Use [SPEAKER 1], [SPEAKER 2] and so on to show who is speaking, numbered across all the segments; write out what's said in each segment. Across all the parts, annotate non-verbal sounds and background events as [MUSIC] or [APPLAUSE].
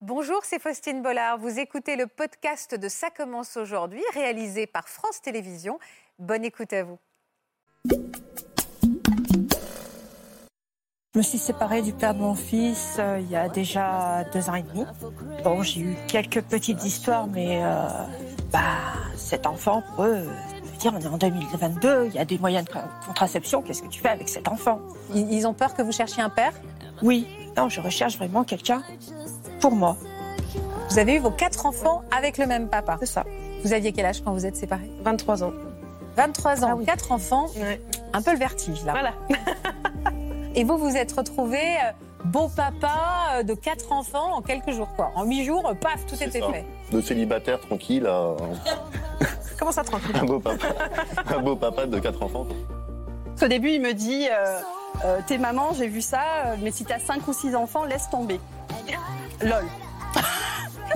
[SPEAKER 1] Bonjour, c'est Faustine Bollard. Vous écoutez le podcast de Ça commence aujourd'hui, réalisé par France Télévisions. Bonne écoute à vous.
[SPEAKER 2] Je me suis séparée du père de mon fils euh, il y a déjà deux ans et demi. Bon, j'ai eu quelques petites histoires, mais euh, bah, cet enfant, pour eux, je veux dire, on est en 2022, il y a des moyens de con- contraception, qu'est-ce que tu fais avec cet enfant
[SPEAKER 1] Ils ils ont peur que vous cherchiez un père
[SPEAKER 2] Oui, non, je recherche vraiment quelqu'un pour moi,
[SPEAKER 1] Vous avez eu vos quatre enfants avec le même papa.
[SPEAKER 2] c'est ça,
[SPEAKER 1] Vous aviez quel âge quand vous êtes séparés
[SPEAKER 3] 23 ans.
[SPEAKER 1] 23 ans,
[SPEAKER 2] Ah oui.
[SPEAKER 1] quatre enfants,
[SPEAKER 3] Ouais.
[SPEAKER 1] un peu le vertige là.
[SPEAKER 3] Voilà.
[SPEAKER 1] [LAUGHS] Et vous vous êtes retrouvé beau papa euh, de quatre enfants en quelques jours quoi. En huit jours, euh, paf, tout
[SPEAKER 4] C'est
[SPEAKER 1] était
[SPEAKER 4] ça.
[SPEAKER 1] fait.
[SPEAKER 4] de célibataire tranquille à
[SPEAKER 3] Comment ça tranquille
[SPEAKER 4] [LAUGHS] un beau papa, un beau papa de quatre enfants.
[SPEAKER 5] Au début, il me dit euh, euh, T'es maman, j'ai vu ça, euh, mais si t'as 5 ou 6 enfants, laisse tomber. Lol.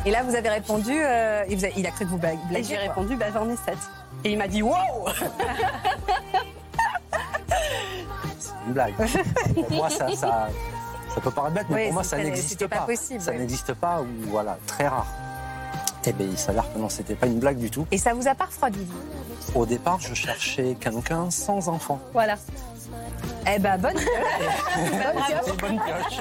[SPEAKER 1] Et là vous avez répondu, euh, et vous avez- il a cru que vous bla-
[SPEAKER 5] Et j'ai
[SPEAKER 1] blaguiez. quoi.
[SPEAKER 5] répondu Bah, j'en ai 7. Et il m'a dit Wow
[SPEAKER 1] [LAUGHS]
[SPEAKER 6] une blague. pour moi, ça, ça, ça peut paraître bête, mais
[SPEAKER 1] Oui,
[SPEAKER 6] pour moi, ça
[SPEAKER 1] c'était-
[SPEAKER 6] n'existe
[SPEAKER 1] c'était
[SPEAKER 6] pas.
[SPEAKER 1] pas possible,
[SPEAKER 6] ça
[SPEAKER 1] oui.
[SPEAKER 6] n'existe pas, ou voilà, très rare. Eh bien, il s'avère que non, c'était pas une blague du tout.
[SPEAKER 1] Et ça vous a pas refroidi vous
[SPEAKER 6] Au départ, je cherchais quelqu'un sans enfant.
[SPEAKER 5] Voilà.
[SPEAKER 1] Eh ben bonne
[SPEAKER 5] Bah,
[SPEAKER 6] C'était une bonne pioche.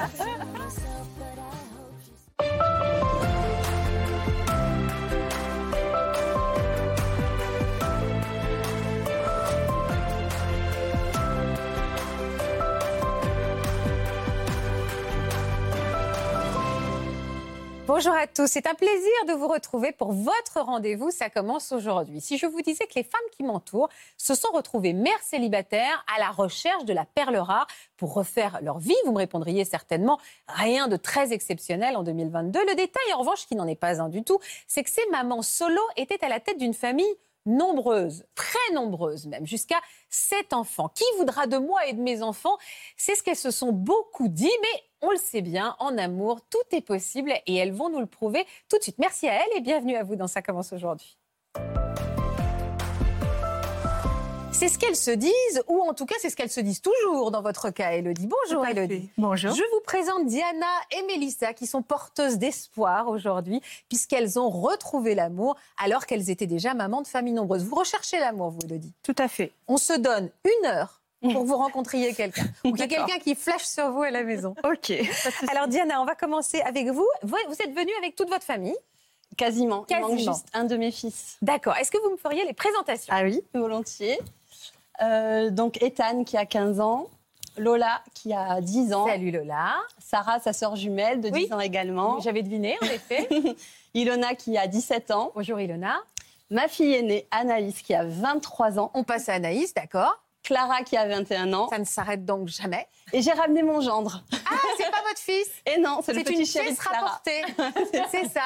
[SPEAKER 1] Bonjour à tous, c'est un plaisir de vous retrouver pour votre rendez-vous. Ça commence aujourd'hui. Si je vous disais que les femmes qui m'entourent se sont retrouvées mères célibataires à la recherche de la perle rare pour refaire leur vie, vous me répondriez certainement rien de très exceptionnel en 2022. Le détail, en revanche, qui n'en est pas un du tout, c'est que ces mamans solo étaient à la tête d'une famille nombreuse, très nombreuse même, jusqu'à sept enfants. Qui voudra de moi et de mes enfants c'est ce qu'elles se sont beaucoup dit, mais on le sait bien, en amour, tout est possible et elles vont nous le prouver tout de suite. Merci à elles et bienvenue à vous dans Ça commence aujourd'hui. C'est ce qu'elles se disent, ou en tout cas, c'est ce qu'elles se disent toujours dans votre cas, Elodie. Bonjour, Elodie.
[SPEAKER 3] Bonjour.
[SPEAKER 1] Je vous présente Diana et Mélissa qui sont porteuses d'espoir aujourd'hui puisqu'elles ont retrouvé l'amour alors qu'elles étaient déjà mamans de familles nombreuses. Vous recherchez l'amour, vous, Elodie
[SPEAKER 3] Tout à fait.
[SPEAKER 1] On se donne une heure pour vous rencontriez quelqu'un
[SPEAKER 3] [LAUGHS]
[SPEAKER 1] ou qu'il y ait
[SPEAKER 3] D'accord.
[SPEAKER 1] quelqu'un qui flash sur vous à la maison.
[SPEAKER 3] [LAUGHS] Ok.
[SPEAKER 1] Alors Diana, on va commencer avec vous. Vous vous êtes venue avec toute votre famille.
[SPEAKER 5] Quasiment. Il manque
[SPEAKER 1] Quasiment.
[SPEAKER 5] juste un de mes fils.
[SPEAKER 1] D'accord. Est-ce que vous me feriez les présentations
[SPEAKER 5] Ah oui Volontiers. Euh, donc, Ethan qui a 15 ans. Lola qui a 10 ans.
[SPEAKER 1] Salut Lola.
[SPEAKER 5] Sarah, sa sœur jumelle de 10
[SPEAKER 1] Oui.
[SPEAKER 5] ans également.
[SPEAKER 1] J'avais deviné en effet.
[SPEAKER 5] [LAUGHS] Ilona qui a 17 ans.
[SPEAKER 1] Bonjour Ilona.
[SPEAKER 5] Ma fille aînée, Anaïs, qui a 23 ans.
[SPEAKER 1] On passe à Anaïs, d'accord.
[SPEAKER 5] Clara qui a 21 ans.
[SPEAKER 1] Ça ne s'arrête donc jamais.
[SPEAKER 5] Et j'ai ramené mon gendre.
[SPEAKER 1] Ah, c'est pas votre fils.
[SPEAKER 5] Et non, c'est le
[SPEAKER 1] C'est
[SPEAKER 5] petit
[SPEAKER 1] une
[SPEAKER 5] chéri
[SPEAKER 1] pièce
[SPEAKER 5] de Clara. [LAUGHS]
[SPEAKER 1] rapportée. C'est ça.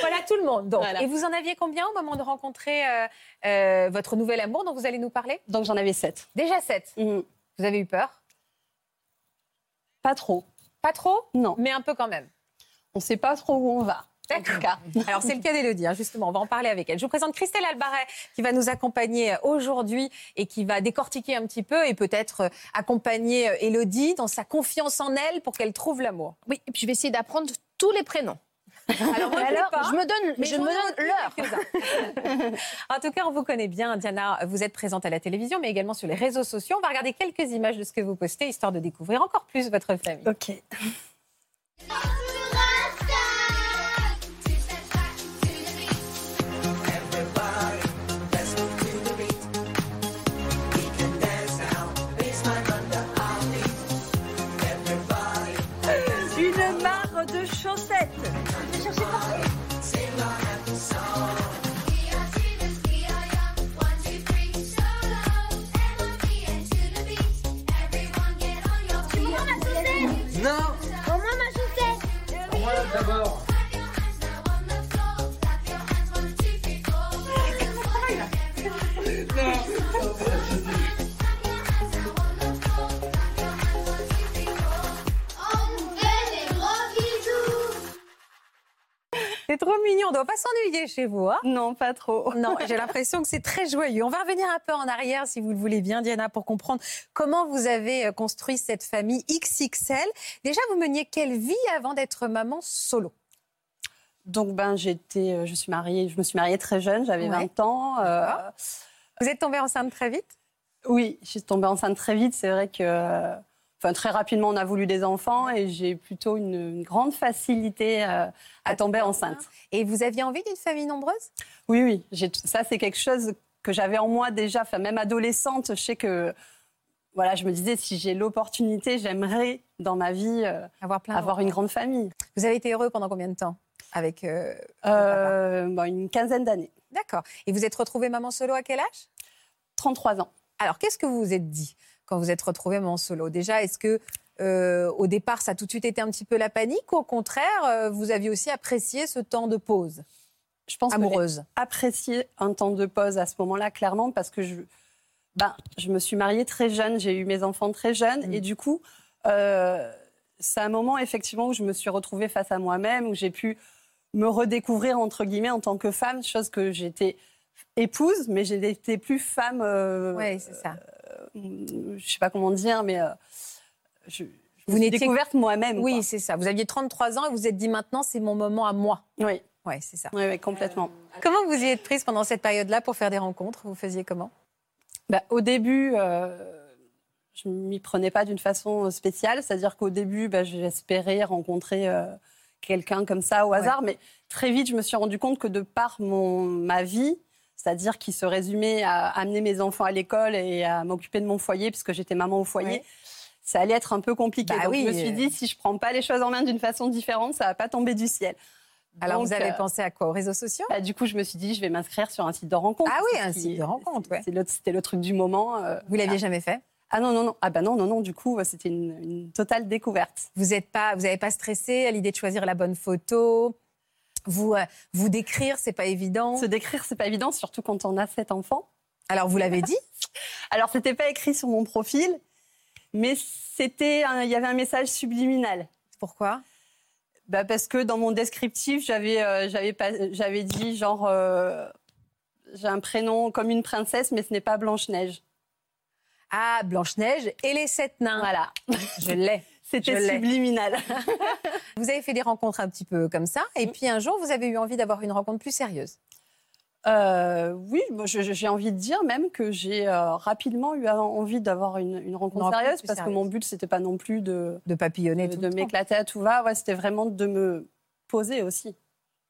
[SPEAKER 1] voilà tout le monde. Donc.
[SPEAKER 5] Voilà.
[SPEAKER 1] Et vous en aviez combien au moment de rencontrer euh, euh, votre nouvel amour dont vous allez nous parler
[SPEAKER 5] Donc j'en avais 7.
[SPEAKER 1] Déjà sept. Vous avez eu peur
[SPEAKER 5] Pas trop.
[SPEAKER 1] Pas trop,
[SPEAKER 5] Non.
[SPEAKER 1] mais un peu quand même.
[SPEAKER 5] On sait pas trop où on va. En
[SPEAKER 1] D'accord.
[SPEAKER 5] tout cas.
[SPEAKER 1] [LAUGHS] Alors, c'est le cas d'Élodie, hein, justement, on va en parler avec elle. Je vous présente Christelle Albaret, qui va nous accompagner euh, aujourd'hui et qui va décortiquer un petit peu et peut-être euh, accompagner euh, Élodie dans sa confiance en elle pour qu'elle trouve l'amour.
[SPEAKER 7] Oui, et puis je vais essayer d'apprendre tous les prénoms.
[SPEAKER 1] Alors, moi, je l'ai
[SPEAKER 7] Alors,
[SPEAKER 1] pas,
[SPEAKER 7] je me donne,
[SPEAKER 1] mais
[SPEAKER 7] je
[SPEAKER 1] j'en
[SPEAKER 7] me
[SPEAKER 1] note
[SPEAKER 7] donne l'heure.
[SPEAKER 1] quelques-uns. [LAUGHS] en tout cas, on vous connaît bien, Diana. Vous êtes présente à la télévision, mais également sur les réseaux sociaux. On va regarder quelques images de ce que vous postez, histoire de découvrir encore plus votre famille.
[SPEAKER 5] Ok.
[SPEAKER 3] Une mare de chaussettes.
[SPEAKER 1] [LAUGHS] C'est C'est trop mignon, on ne doit pas s'ennuyer chez vous. Hein
[SPEAKER 5] Non, pas trop.
[SPEAKER 1] [LAUGHS]
[SPEAKER 5] [LAUGHS]
[SPEAKER 1] non, j'ai l'impression que c'est très joyeux. On va revenir un peu en arrière, si vous le voulez bien, Diana, pour comprendre comment vous avez euh, construit cette famille XXL. Déjà, vous meniez quelle vie avant d'être maman solo
[SPEAKER 5] Donc ben j'étais, euh, je suis mariée, je me suis mariée très jeune, j'avais
[SPEAKER 1] Ouais.
[SPEAKER 5] 20 ans. euh,
[SPEAKER 1] Vous êtes tombée enceinte très vite
[SPEAKER 5] oui, je suis tombée enceinte très vite. C'est vrai que, euh, enfin très rapidement, on a voulu des enfants et j'ai plutôt une, une grande facilité euh, à tomber enceinte.
[SPEAKER 1] Ah, et vous aviez envie d'une famille nombreuse
[SPEAKER 5] Oui, oui, j'ai- ça c'est quelque chose que j'avais en moi déjà, enfin même adolescente, je sais que. Voilà, je me disais, si j'ai l'opportunité, j'aimerais dans ma vie euh,
[SPEAKER 1] Avoir plein
[SPEAKER 5] avoir une grande famille.
[SPEAKER 1] Vous avez été heureux pendant combien de temps avec euh,
[SPEAKER 5] Euh, bon, une quinzaine d'années,
[SPEAKER 1] D'accord. Et vous êtes retrouvée maman solo à quel âge
[SPEAKER 5] 33 ans.
[SPEAKER 1] Alors, qu'est-ce que vous vous êtes dit quand vous êtes retrouvée maman solo Déjà, est-ce que euh, au départ, ça a tout de suite été un petit peu la panique ou au contraire, euh, vous aviez aussi apprécié ce temps de pause
[SPEAKER 5] Je pense que j'ai
[SPEAKER 1] amoureuse
[SPEAKER 5] apprécié un temps de pause à ce moment-là, clairement, parce que je, ben, je me suis mariée très jeune, j'ai eu mes enfants très jeunes,
[SPEAKER 1] Mm.
[SPEAKER 5] et du coup, euh, c'est un moment effectivement où je me suis retrouvée face à moi-même, où j'ai pu me redécouvrir entre guillemets en tant que femme, chose que j'étais épouse, mais je n'étais plus femme. euh,
[SPEAKER 1] Oui, c'est ça.
[SPEAKER 5] euh, je sais pas comment dire, mais euh, je, je
[SPEAKER 1] Vous
[SPEAKER 5] me suis
[SPEAKER 1] n'étiez-
[SPEAKER 5] découverte moi-même.
[SPEAKER 1] Oui, c'est ça. Vous aviez 33 ans et vous vous êtes dit maintenant, c'est mon moment à moi.
[SPEAKER 5] quoi. oui,
[SPEAKER 1] Oui, c'est ça.
[SPEAKER 5] oui, oui, complètement.
[SPEAKER 1] Comment vous y êtes prise pendant cette période-là pour faire des rencontres Vous faisiez comment
[SPEAKER 5] Bah, Au début, euh, je m'y prenais pas d'une façon spéciale. C'est-à-dire qu'au début, bah, j'espérais rencontrer euh, quelqu'un comme ça au hasard. Mais très vite, je me suis rendu compte que de par mon, ma vie, c'est-à-dire qui se résumait à amener mes enfants à l'école et à m'occuper de mon foyer, puisque j'étais maman au foyer,
[SPEAKER 1] Ouais.
[SPEAKER 5] ça allait être un peu compliqué.
[SPEAKER 1] Bah
[SPEAKER 5] Donc,
[SPEAKER 1] oui,
[SPEAKER 5] je me suis
[SPEAKER 1] euh.
[SPEAKER 5] dit, si je prends pas les choses en main d'une façon différente, ça va pas tomber du ciel.
[SPEAKER 1] Alors,
[SPEAKER 5] Donc,
[SPEAKER 1] vous avez
[SPEAKER 5] euh,
[SPEAKER 1] pensé à quoi Aux réseaux sociaux
[SPEAKER 5] bah, du coup, je me suis dit, je vais m'inscrire sur un site de rencontre.
[SPEAKER 1] Ah oui,
[SPEAKER 5] C'est
[SPEAKER 1] un
[SPEAKER 5] ce qui-
[SPEAKER 1] site de rencontre. ouais.
[SPEAKER 5] c'est le- C'était le truc du moment. euh,
[SPEAKER 1] Vous l'aviez jamais fait
[SPEAKER 5] ah non, non, non. Ah bah non, non, non, du coup, c'était une, une totale découverte.
[SPEAKER 1] Vous n'êtes pas, vous n'avez pas stressé à l'idée de choisir la bonne photo. Vous euh, vous décrire, c'est pas évident.
[SPEAKER 5] Se décrire, c'est pas évident, surtout quand on a sept enfants.
[SPEAKER 1] Alors vous l'avez dit.
[SPEAKER 5] [LAUGHS] Alors, c'était pas écrit sur mon profil, mais c'était, un- il y avait un message subliminal.
[SPEAKER 1] Pourquoi
[SPEAKER 5] Bah parce que dans mon descriptif, j'avais, euh, j'avais pas, j'avais dit genre, euh, j'ai un prénom comme une princesse, mais ce n'est pas Blanche Neige.
[SPEAKER 1] Ah Blanche Neige et les sept nains.
[SPEAKER 5] Voilà,
[SPEAKER 1] Je l'ai. Je
[SPEAKER 5] [LAUGHS] c'était
[SPEAKER 1] l'ai.
[SPEAKER 5] subliminal.
[SPEAKER 1] [LAUGHS] Vous avez fait des rencontres un petit peu comme ça, et puis un jour vous avez eu envie d'avoir une rencontre plus sérieuse.
[SPEAKER 5] Euh, oui, moi, je- je- j'ai envie de dire même que j'ai euh, rapidement eu envie d'avoir une, une rencontre
[SPEAKER 1] Une rencontre
[SPEAKER 5] sérieuse
[SPEAKER 1] plus
[SPEAKER 5] parce
[SPEAKER 1] sérieuse.
[SPEAKER 5] que mon but c'était pas non plus de,
[SPEAKER 1] De papillonner
[SPEAKER 5] de,
[SPEAKER 1] tout
[SPEAKER 5] de
[SPEAKER 1] le temps.
[SPEAKER 5] m'éclater à tout va, ouais, c'était vraiment de me poser aussi.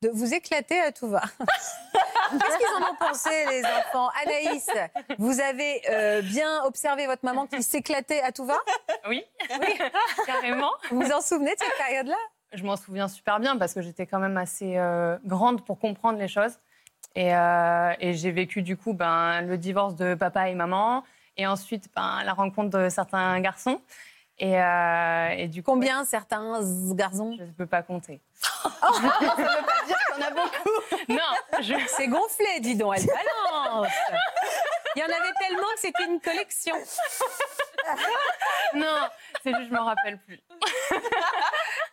[SPEAKER 1] De vous éclater à tout va. [LAUGHS] [LAUGHS] Qu'est-ce qu'ils en ont pensé, les enfants Anaïs, vous avez euh, bien observé votre maman qui s'éclatait à tout va
[SPEAKER 8] Oui, [LAUGHS] carrément.
[SPEAKER 1] Vous vous en souvenez de cette période-là
[SPEAKER 8] Je m'en souviens super bien parce que j'étais quand même assez euh, grande pour comprendre les choses. Et, euh, et j'ai vécu du coup ben, le divorce de papa et maman et ensuite ben, la rencontre de certains garçons. Et, euh, et du coup,
[SPEAKER 1] Combien certains garçons
[SPEAKER 8] Je ne peux pas compter.
[SPEAKER 5] On a beaucoup.
[SPEAKER 8] Non, je,
[SPEAKER 1] [LAUGHS] C'est gonflé, dis donc, elle balance. Il y en avait tellement que c'était une collection.
[SPEAKER 8] non, c'est juste, je m'en rappelle plus.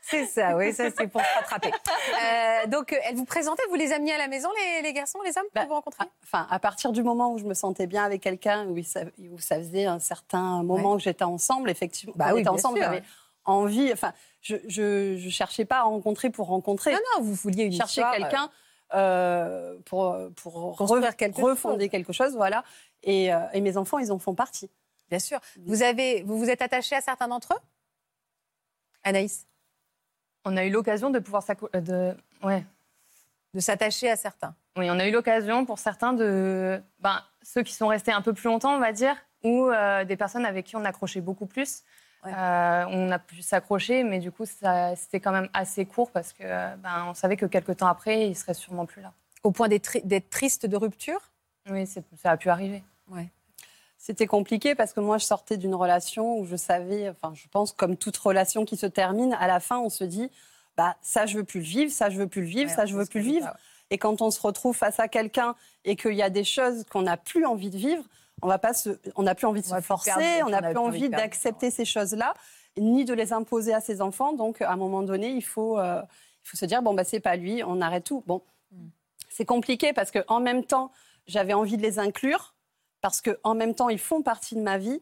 [SPEAKER 1] C'est ça, oui, ça c'est pour se rattraper. Euh, donc, euh, elle vous présentait, vous les amenez à la maison, les, les garçons, les hommes, pour
[SPEAKER 5] Bah,
[SPEAKER 1] vous rencontrer
[SPEAKER 8] ah,
[SPEAKER 5] Enfin, à partir du moment où je me sentais bien avec quelqu'un, où, il sa- où ça faisait un certain moment que j'étais ensemble, effectivement,
[SPEAKER 1] Bah
[SPEAKER 5] on
[SPEAKER 1] oui,
[SPEAKER 5] était
[SPEAKER 1] bien
[SPEAKER 5] ensemble,
[SPEAKER 1] sûr.
[SPEAKER 5] j'avais envie. Enfin, je, je, je cherchais pas à rencontrer pour rencontrer.
[SPEAKER 1] Non, non, vous vouliez une
[SPEAKER 5] chercher
[SPEAKER 1] histoire,
[SPEAKER 5] quelqu'un euh, pour, pour
[SPEAKER 1] Construire
[SPEAKER 5] re-
[SPEAKER 1] quelque
[SPEAKER 5] refonder quelque chose, voilà. Et, euh, et mes enfants, ils en font partie.
[SPEAKER 1] euh, Bien sûr. Vous, avez, vous vous êtes attaché à certains d'entre eux Anaïs
[SPEAKER 8] On a eu l'occasion de pouvoir s'acco- euh, de ouais.
[SPEAKER 1] De s'attacher à certains.
[SPEAKER 8] Oui, on a eu l'occasion pour certains de ben, ceux qui sont restés un peu plus longtemps, on va dire, ou euh, des personnes avec qui on accrochait beaucoup plus.
[SPEAKER 1] Ouais.
[SPEAKER 8] Euh, on a pu s'accrocher, mais du coup, ça- c'était quand même assez court parce que euh, ben, on savait que quelques temps après, ils seraient sûrement plus là.
[SPEAKER 1] Au point d'être tri- d'être triste de rupture
[SPEAKER 8] Oui, c'est- ça a pu arriver.
[SPEAKER 5] C'était compliqué parce que moi, je sortais d'une relation où je savais, enfin, je pense, comme toute relation qui se termine, à la fin, on se dit, bah, ça, je veux plus le vivre, ça, je veux plus le vivre,
[SPEAKER 1] Ouais,
[SPEAKER 5] ça, je
[SPEAKER 1] c'est
[SPEAKER 5] veux
[SPEAKER 1] ce
[SPEAKER 5] plus le
[SPEAKER 1] qu'on dit
[SPEAKER 5] vivre.
[SPEAKER 1] pas,
[SPEAKER 5] Et quand on se retrouve face à quelqu'un et qu'il y a des choses qu'on n'a plus envie de vivre, on va pas se, on n'a plus envie de
[SPEAKER 1] On
[SPEAKER 5] se
[SPEAKER 1] va plus
[SPEAKER 5] forcer,
[SPEAKER 1] perdre du
[SPEAKER 5] on
[SPEAKER 1] temps,
[SPEAKER 5] n'a plus envie
[SPEAKER 1] de perdre du
[SPEAKER 5] d'accepter ces choses-là, ni de les imposer à ses enfants. Donc, à un moment donné, il faut, euh, il faut se dire bon bah c'est pas lui, on arrête tout. Bon, c'est compliqué parce que en même temps j'avais envie de les inclure parce que en même temps ils font partie de ma vie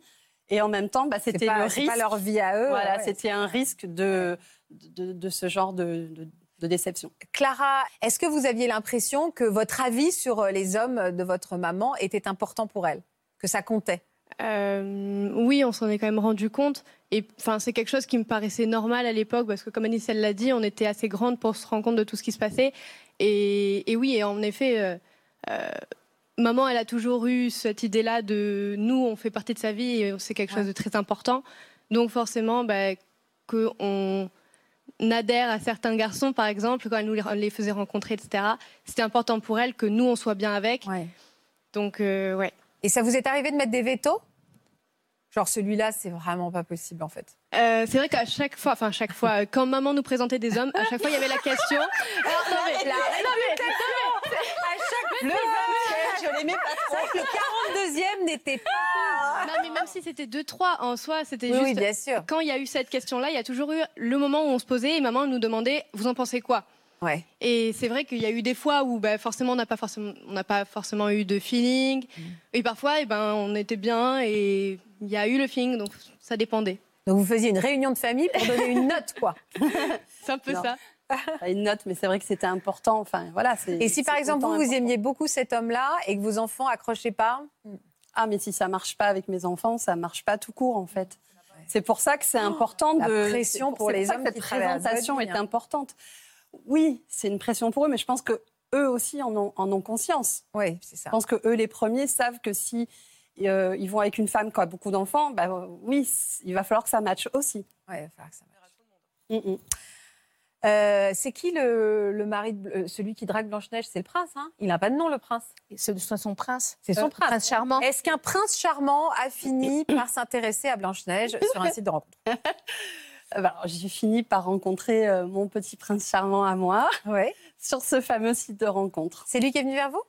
[SPEAKER 5] et en même temps bah, c'était
[SPEAKER 1] pas-
[SPEAKER 5] le
[SPEAKER 1] c'est pas
[SPEAKER 5] risque.
[SPEAKER 1] leur vie à eux,
[SPEAKER 5] Voilà,
[SPEAKER 1] ouais.
[SPEAKER 5] c'était un risque de, de, de ce genre de- de- de déception.
[SPEAKER 1] Clara, est-ce que vous aviez l'impression que votre avis sur euh, les hommes de votre maman était important pour elle Que ça comptait
[SPEAKER 9] Euh, oui, on s'en est quand même rendu compte. Et enfin, c'est quelque chose qui me paraissait normal à l'époque parce que, comme Anis elle l'a dit, on était assez grande pour se rendre compte de tout ce qui se passait. Et, et oui, et en effet, euh, euh, maman, elle a toujours eu cette idée-là de nous, on fait partie de sa vie et c'est quelque chose de très important. Donc forcément, bah, que on adhère à certains garçons, par exemple, quand elle nous les- les faisait rencontrer, etc. C'était important pour elle que nous, on soit bien avec. Donc, euh, ouais.
[SPEAKER 1] Et ça vous est arrivé de mettre des vétos Genre celui-là, c'est vraiment pas possible en fait.
[SPEAKER 9] Euh, c'est vrai qu'à chaque fois, enfin chaque fois, euh, quand maman nous présentait des hommes, à chaque fois il y avait la [LAUGHS] question. Alors, non, mais-
[SPEAKER 1] La
[SPEAKER 9] non, mais-
[SPEAKER 1] À chaque
[SPEAKER 9] Mais
[SPEAKER 1] le
[SPEAKER 9] non,
[SPEAKER 1] vingtième, je l'aimais pas trop. C'est vrai que le 42e n'était pas.
[SPEAKER 9] Non, mais même si c'était 2-3, en soi, c'était
[SPEAKER 1] Oui,
[SPEAKER 9] juste.
[SPEAKER 1] oui, bien sûr.
[SPEAKER 9] Quand il y a eu cette question-là, il y a toujours eu le moment où on se posait et maman nous demandait Vous en pensez quoi
[SPEAKER 1] Ouais.
[SPEAKER 9] Et c'est vrai qu'il y a eu des fois où bah, forcément on n'a pas, forcément- on n'a pas forcément eu de feeling.
[SPEAKER 1] Mm.
[SPEAKER 9] Et parfois, eh ben, on était bien et il y a eu le feeling, donc ça dépendait.
[SPEAKER 1] Donc vous faisiez une réunion de famille pour donner une note quoi.
[SPEAKER 9] C'est un peu
[SPEAKER 5] Non.
[SPEAKER 9] ça.
[SPEAKER 5] Pas une note, mais c'est vrai que c'était important. Enfin, voilà, c'est-
[SPEAKER 1] Et si par
[SPEAKER 5] c'est
[SPEAKER 1] exemple
[SPEAKER 5] autant
[SPEAKER 1] vous, vous
[SPEAKER 5] important.
[SPEAKER 1] aimiez beaucoup cet homme-là et que vos enfants accrochaient pas,
[SPEAKER 5] Ah, mais si ça marche pas avec mes enfants, ça marche pas tout court, en fait. C'est pour ça que c'est important
[SPEAKER 1] Mm. la
[SPEAKER 5] de.
[SPEAKER 1] pression
[SPEAKER 5] c'est
[SPEAKER 1] pour
[SPEAKER 5] c'est
[SPEAKER 1] les
[SPEAKER 5] ça que
[SPEAKER 1] hommes qui
[SPEAKER 5] Cette
[SPEAKER 1] travaillent à
[SPEAKER 5] présentation
[SPEAKER 1] Body,
[SPEAKER 5] est
[SPEAKER 1] hein.
[SPEAKER 5] importante. Oui, c'est une pression pour eux, mais je pense que eux aussi en ont, en ont conscience.
[SPEAKER 1] oui, c'est ça.
[SPEAKER 5] Je pense que eux, les premiers, savent que si euh, ils vont avec une femme qui a beaucoup d'enfants, bah, euh, oui, c- il va falloir que ça matche aussi.
[SPEAKER 1] Ouais, il va falloir que ça marche.
[SPEAKER 5] Mm, mm.
[SPEAKER 1] Euh, c'est qui le, le mari, de, euh, celui qui drague Blanche-Neige C'est le prince, hein Il n'a pas de nom, le prince.
[SPEAKER 7] Ce soit son prince.
[SPEAKER 1] C'est son
[SPEAKER 7] Euh,
[SPEAKER 1] prince.
[SPEAKER 7] Prince charmant.
[SPEAKER 1] Est-ce qu'un prince charmant a
[SPEAKER 5] [COUGHS]
[SPEAKER 1] fini par s'intéresser à Blanche-Neige sur un site de rencontre
[SPEAKER 5] Euh, bah, alors, J'ai fini par rencontrer euh, mon petit prince charmant à moi [LAUGHS]
[SPEAKER 1] Oui.
[SPEAKER 5] sur ce fameux site de rencontre.
[SPEAKER 1] C'est lui qui est venu vers vous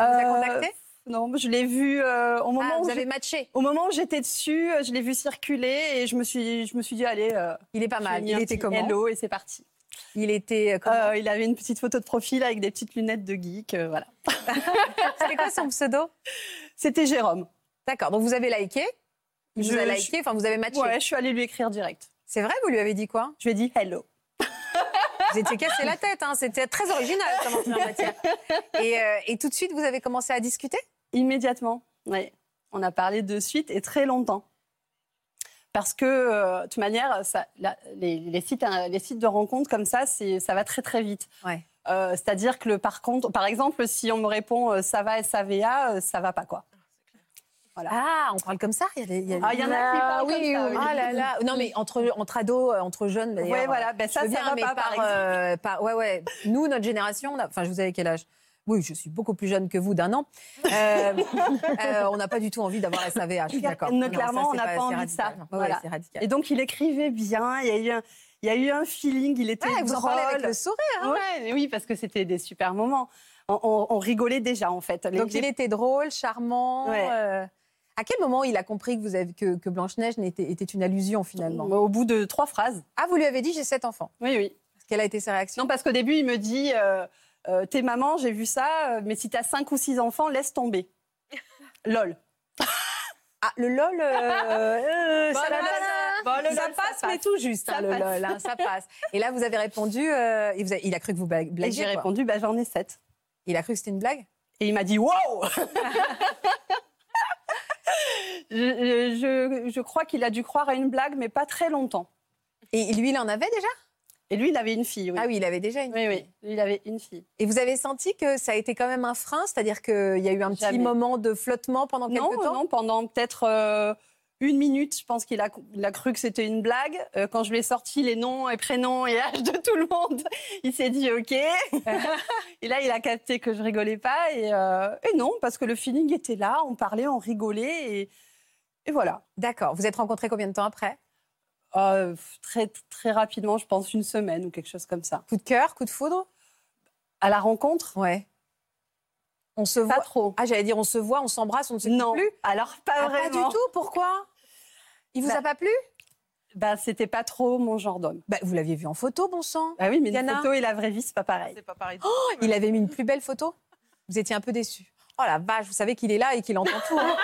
[SPEAKER 1] Il vous a
[SPEAKER 5] Euh,
[SPEAKER 1] contacté
[SPEAKER 5] Non, mais je l'ai vu euh, au moment
[SPEAKER 1] Ah,
[SPEAKER 5] où
[SPEAKER 1] Vous
[SPEAKER 5] j'ai-
[SPEAKER 1] avez matché.
[SPEAKER 5] Au moment où j'étais dessus, euh, je l'ai vu circuler et je me suis, je me suis dit, allez, euh,
[SPEAKER 1] Il est pas
[SPEAKER 5] je
[SPEAKER 1] mal.
[SPEAKER 5] lui ai
[SPEAKER 1] Il
[SPEAKER 5] mis un
[SPEAKER 1] était
[SPEAKER 5] petit
[SPEAKER 1] comment
[SPEAKER 5] Hello et c'est parti.
[SPEAKER 1] Il était euh, comment
[SPEAKER 5] Euh, il avait une petite photo de profil avec des petites lunettes de geek, euh, voilà.
[SPEAKER 1] [LAUGHS] C'était quoi son pseudo
[SPEAKER 5] C'était Jérôme.
[SPEAKER 1] D'accord. Donc vous avez liké. Il vous
[SPEAKER 5] Je-
[SPEAKER 1] a liké. Enfin, vous avez matché.
[SPEAKER 5] Ouais, je suis allée lui écrire direct.
[SPEAKER 1] C'est vrai. Vous lui avez dit quoi
[SPEAKER 5] Je lui ai dit hello.
[SPEAKER 1] Vous étiez cassé la tête. hein. C'était très original comme entrée
[SPEAKER 5] [LAUGHS]
[SPEAKER 1] en matière. Et, euh, et tout de suite, vous avez commencé à discuter.
[SPEAKER 5] Immédiatement. Ouais. On a parlé de suite et très longtemps. Parce que, euh, de toute manière, ça, la- les, les sites, hein, les sites de rencontres comme ça, c'est- ça va très très vite.
[SPEAKER 1] Ouais.
[SPEAKER 5] Euh, C'est-à-dire que, le, par contre, par exemple, si on me répond euh, ça va et ça va, euh, ça va pas quoi.
[SPEAKER 1] Ah, on parle comme ça. Il y a des- il y a des-
[SPEAKER 5] Ah, il y en a qui parlent comme ça, oui.
[SPEAKER 1] Ah là là. Non mais entre entre ados, euh, entre jeunes.
[SPEAKER 5] Oui,
[SPEAKER 1] d'ailleurs,
[SPEAKER 5] voilà, ben
[SPEAKER 1] Je
[SPEAKER 5] ça,
[SPEAKER 1] veux bien,
[SPEAKER 5] ça va
[SPEAKER 1] mais
[SPEAKER 5] pas, par
[SPEAKER 1] par,
[SPEAKER 5] exemple.
[SPEAKER 1] euh, par- ouais, ouais. Nous, notre génération, on a- enfin, je vous avais quel âge Oui, je suis beaucoup plus jeune que vous d'un an.
[SPEAKER 5] [LAUGHS]
[SPEAKER 1] Euh, euh, on n'a pas du tout envie d'avoir SAVH, je suis d'accord.
[SPEAKER 5] Non,
[SPEAKER 1] ça,
[SPEAKER 5] clairement,
[SPEAKER 1] c'est
[SPEAKER 5] on n'a pas
[SPEAKER 1] c'est
[SPEAKER 5] envie de ça.
[SPEAKER 1] radical. Ouais, ouais,
[SPEAKER 5] Voilà.
[SPEAKER 1] c'est radical.
[SPEAKER 5] Et donc, il écrivait bien, il y a eu un, il y a eu un feeling, il était
[SPEAKER 1] Ouais, vous en
[SPEAKER 5] drôle.
[SPEAKER 1] parlez avec le sourire. hein.
[SPEAKER 5] Ouais, mais oui, parce que c'était des super moments. On, on- on rigolait déjà, en fait. Les-
[SPEAKER 1] Donc,
[SPEAKER 5] les-
[SPEAKER 1] il était drôle, charmant.
[SPEAKER 5] Ouais.
[SPEAKER 1] euh, À quel moment il a compris que, vous avez- que, que Blanche-Neige n'était- était une allusion finalement
[SPEAKER 5] Au bout de trois phrases.
[SPEAKER 1] Ah, vous lui avez dit j'ai sept enfants.
[SPEAKER 5] Oui, oui.
[SPEAKER 1] Quelle a été sa réaction
[SPEAKER 5] Non, parce qu'au début, il me dit euh, euh, T'es maman, j'ai vu ça, euh, mais si t'as cinq ou six enfants,
[SPEAKER 1] [LAUGHS]
[SPEAKER 5] laisse tomber. LOL.
[SPEAKER 1] Ah, le lol, euh, euh, ça,
[SPEAKER 5] Bon,
[SPEAKER 1] la-
[SPEAKER 5] le
[SPEAKER 1] la-
[SPEAKER 5] lol,
[SPEAKER 1] la-
[SPEAKER 5] bon, le lol,
[SPEAKER 1] ça
[SPEAKER 5] ça
[SPEAKER 1] passe,
[SPEAKER 5] passe.
[SPEAKER 1] mais tout juste, hein,
[SPEAKER 5] Ça
[SPEAKER 1] le
[SPEAKER 5] passe.
[SPEAKER 1] lol, hein, ça passe. Et là, vous avez répondu, euh, et vous avez- il a cru que vous bla-
[SPEAKER 5] Et
[SPEAKER 1] blaguiez.
[SPEAKER 5] j'ai
[SPEAKER 1] quoi.
[SPEAKER 5] répondu bah, J'en ai sept.
[SPEAKER 1] Il a cru que c'était une blague
[SPEAKER 5] Et il m'a dit Wow je, je- je- je crois qu'il a dû croire à une blague, mais pas très longtemps.
[SPEAKER 1] Et lui, il en avait déjà
[SPEAKER 5] Et lui, il avait une fille. Oui.
[SPEAKER 1] Ah oui, il avait déjà une.
[SPEAKER 5] Oui, oui, il avait une fille.
[SPEAKER 1] Et vous avez senti que ça a été quand même un frein, c'est-à-dire qu'il y a eu un petit
[SPEAKER 5] Jamais.
[SPEAKER 1] moment de flottement pendant quelques
[SPEAKER 5] Non,
[SPEAKER 1] temps
[SPEAKER 5] non, pendant peut-être euh, une minute, je pense qu'il a, il a cru que c'était une blague. Euh, quand je lui ai sorti les noms et prénoms et âge de tout le monde, [LAUGHS] il s'est
[SPEAKER 1] [LAUGHS]
[SPEAKER 5] dit OK. et là, il a capté que je rigolais pas. Et, euh, et non, parce que le feeling était là, on parlait, on rigolait. Et, et voilà.
[SPEAKER 1] D'accord, vous êtes rencontrés combien de temps après
[SPEAKER 5] Euh, très, très rapidement, je pense une semaine ou quelque chose comme ça.
[SPEAKER 1] Coup de cœur, coup de foudre
[SPEAKER 5] À la rencontre
[SPEAKER 1] Ouais. On se
[SPEAKER 5] Pas
[SPEAKER 1] voit
[SPEAKER 5] trop.
[SPEAKER 1] Ah, j'allais dire, on se voit, on s'embrasse, on ne se quitte
[SPEAKER 5] non,
[SPEAKER 1] plus
[SPEAKER 5] alors pas
[SPEAKER 1] Ah,
[SPEAKER 5] vraiment.
[SPEAKER 1] Pas du tout, pourquoi Il vous
[SPEAKER 5] Bah,
[SPEAKER 1] a pas plu
[SPEAKER 5] Bah, c'était pas trop mon genre d'homme.
[SPEAKER 1] Bah, vous l'aviez vu en photo, bon sang.
[SPEAKER 5] Ah oui, mais
[SPEAKER 1] Diana.
[SPEAKER 5] les photos et la vraie vie, c'est pas pareil.
[SPEAKER 10] C'est pas pareil.
[SPEAKER 1] Oh, il avait mis une plus belle photo. Vous étiez un peu déçu. Oh la vache, vous savez qu'il est là et qu'il entend tout.
[SPEAKER 5] [LAUGHS]
[SPEAKER 1] hein.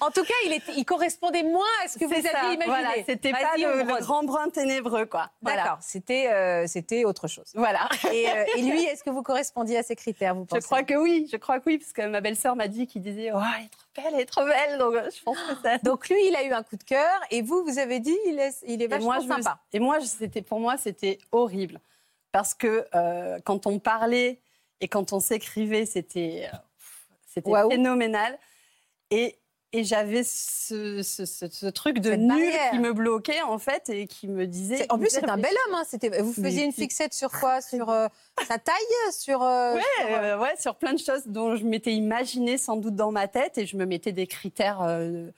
[SPEAKER 1] en tout cas, il, était- il correspondait moins à ce que vous
[SPEAKER 5] C'est
[SPEAKER 1] aviez
[SPEAKER 5] ça,
[SPEAKER 1] imaginé.
[SPEAKER 5] voilà, c'était pas
[SPEAKER 1] Vas-y,
[SPEAKER 5] le,
[SPEAKER 1] on brode.
[SPEAKER 5] le grand brun ténébreux, quoi. Voilà.
[SPEAKER 1] D'accord, c'était euh, c'était autre chose.
[SPEAKER 5] Voilà.
[SPEAKER 1] Et, euh, et lui, est-ce que vous correspondiez à ses critères, vous
[SPEAKER 5] Je
[SPEAKER 1] pensez
[SPEAKER 5] crois que oui, je crois que oui, parce que ma belle-sœur m'a dit qu'il disait Oh, elle est trop belle, elle est trop belle. Donc euh, je pense que ça.
[SPEAKER 1] Donc lui, il a eu un coup de cœur et vous, vous avez dit, il est, il est
[SPEAKER 5] Et
[SPEAKER 1] vachement
[SPEAKER 5] moi, je me-
[SPEAKER 1] sympa.
[SPEAKER 5] et moi, je- c'était pour moi, c'était horrible. Parce que euh, quand on parlait et quand on s'écrivait, c'était euh, c'était
[SPEAKER 1] Waouh.
[SPEAKER 5] phénoménal. Et, et j'avais ce, ce- ce- ce truc de
[SPEAKER 1] Cette
[SPEAKER 5] nul
[SPEAKER 1] barrière.
[SPEAKER 5] qui me bloquait, en fait, et qui me disait.
[SPEAKER 1] C'est- En plus,
[SPEAKER 5] qui me
[SPEAKER 1] c'est un bel
[SPEAKER 5] disait,
[SPEAKER 1] homme. hein, c'était- Vous
[SPEAKER 5] Mais
[SPEAKER 1] faisiez une
[SPEAKER 5] c'est-
[SPEAKER 1] fixette sur quoi Sur euh, sa taille Sur. euh, sur,
[SPEAKER 5] Ouais,
[SPEAKER 1] euh,
[SPEAKER 5] euh, ouais, sur plein de choses dont je m'étais imaginé sans doute dans ma tête et je me mettais des critères euh,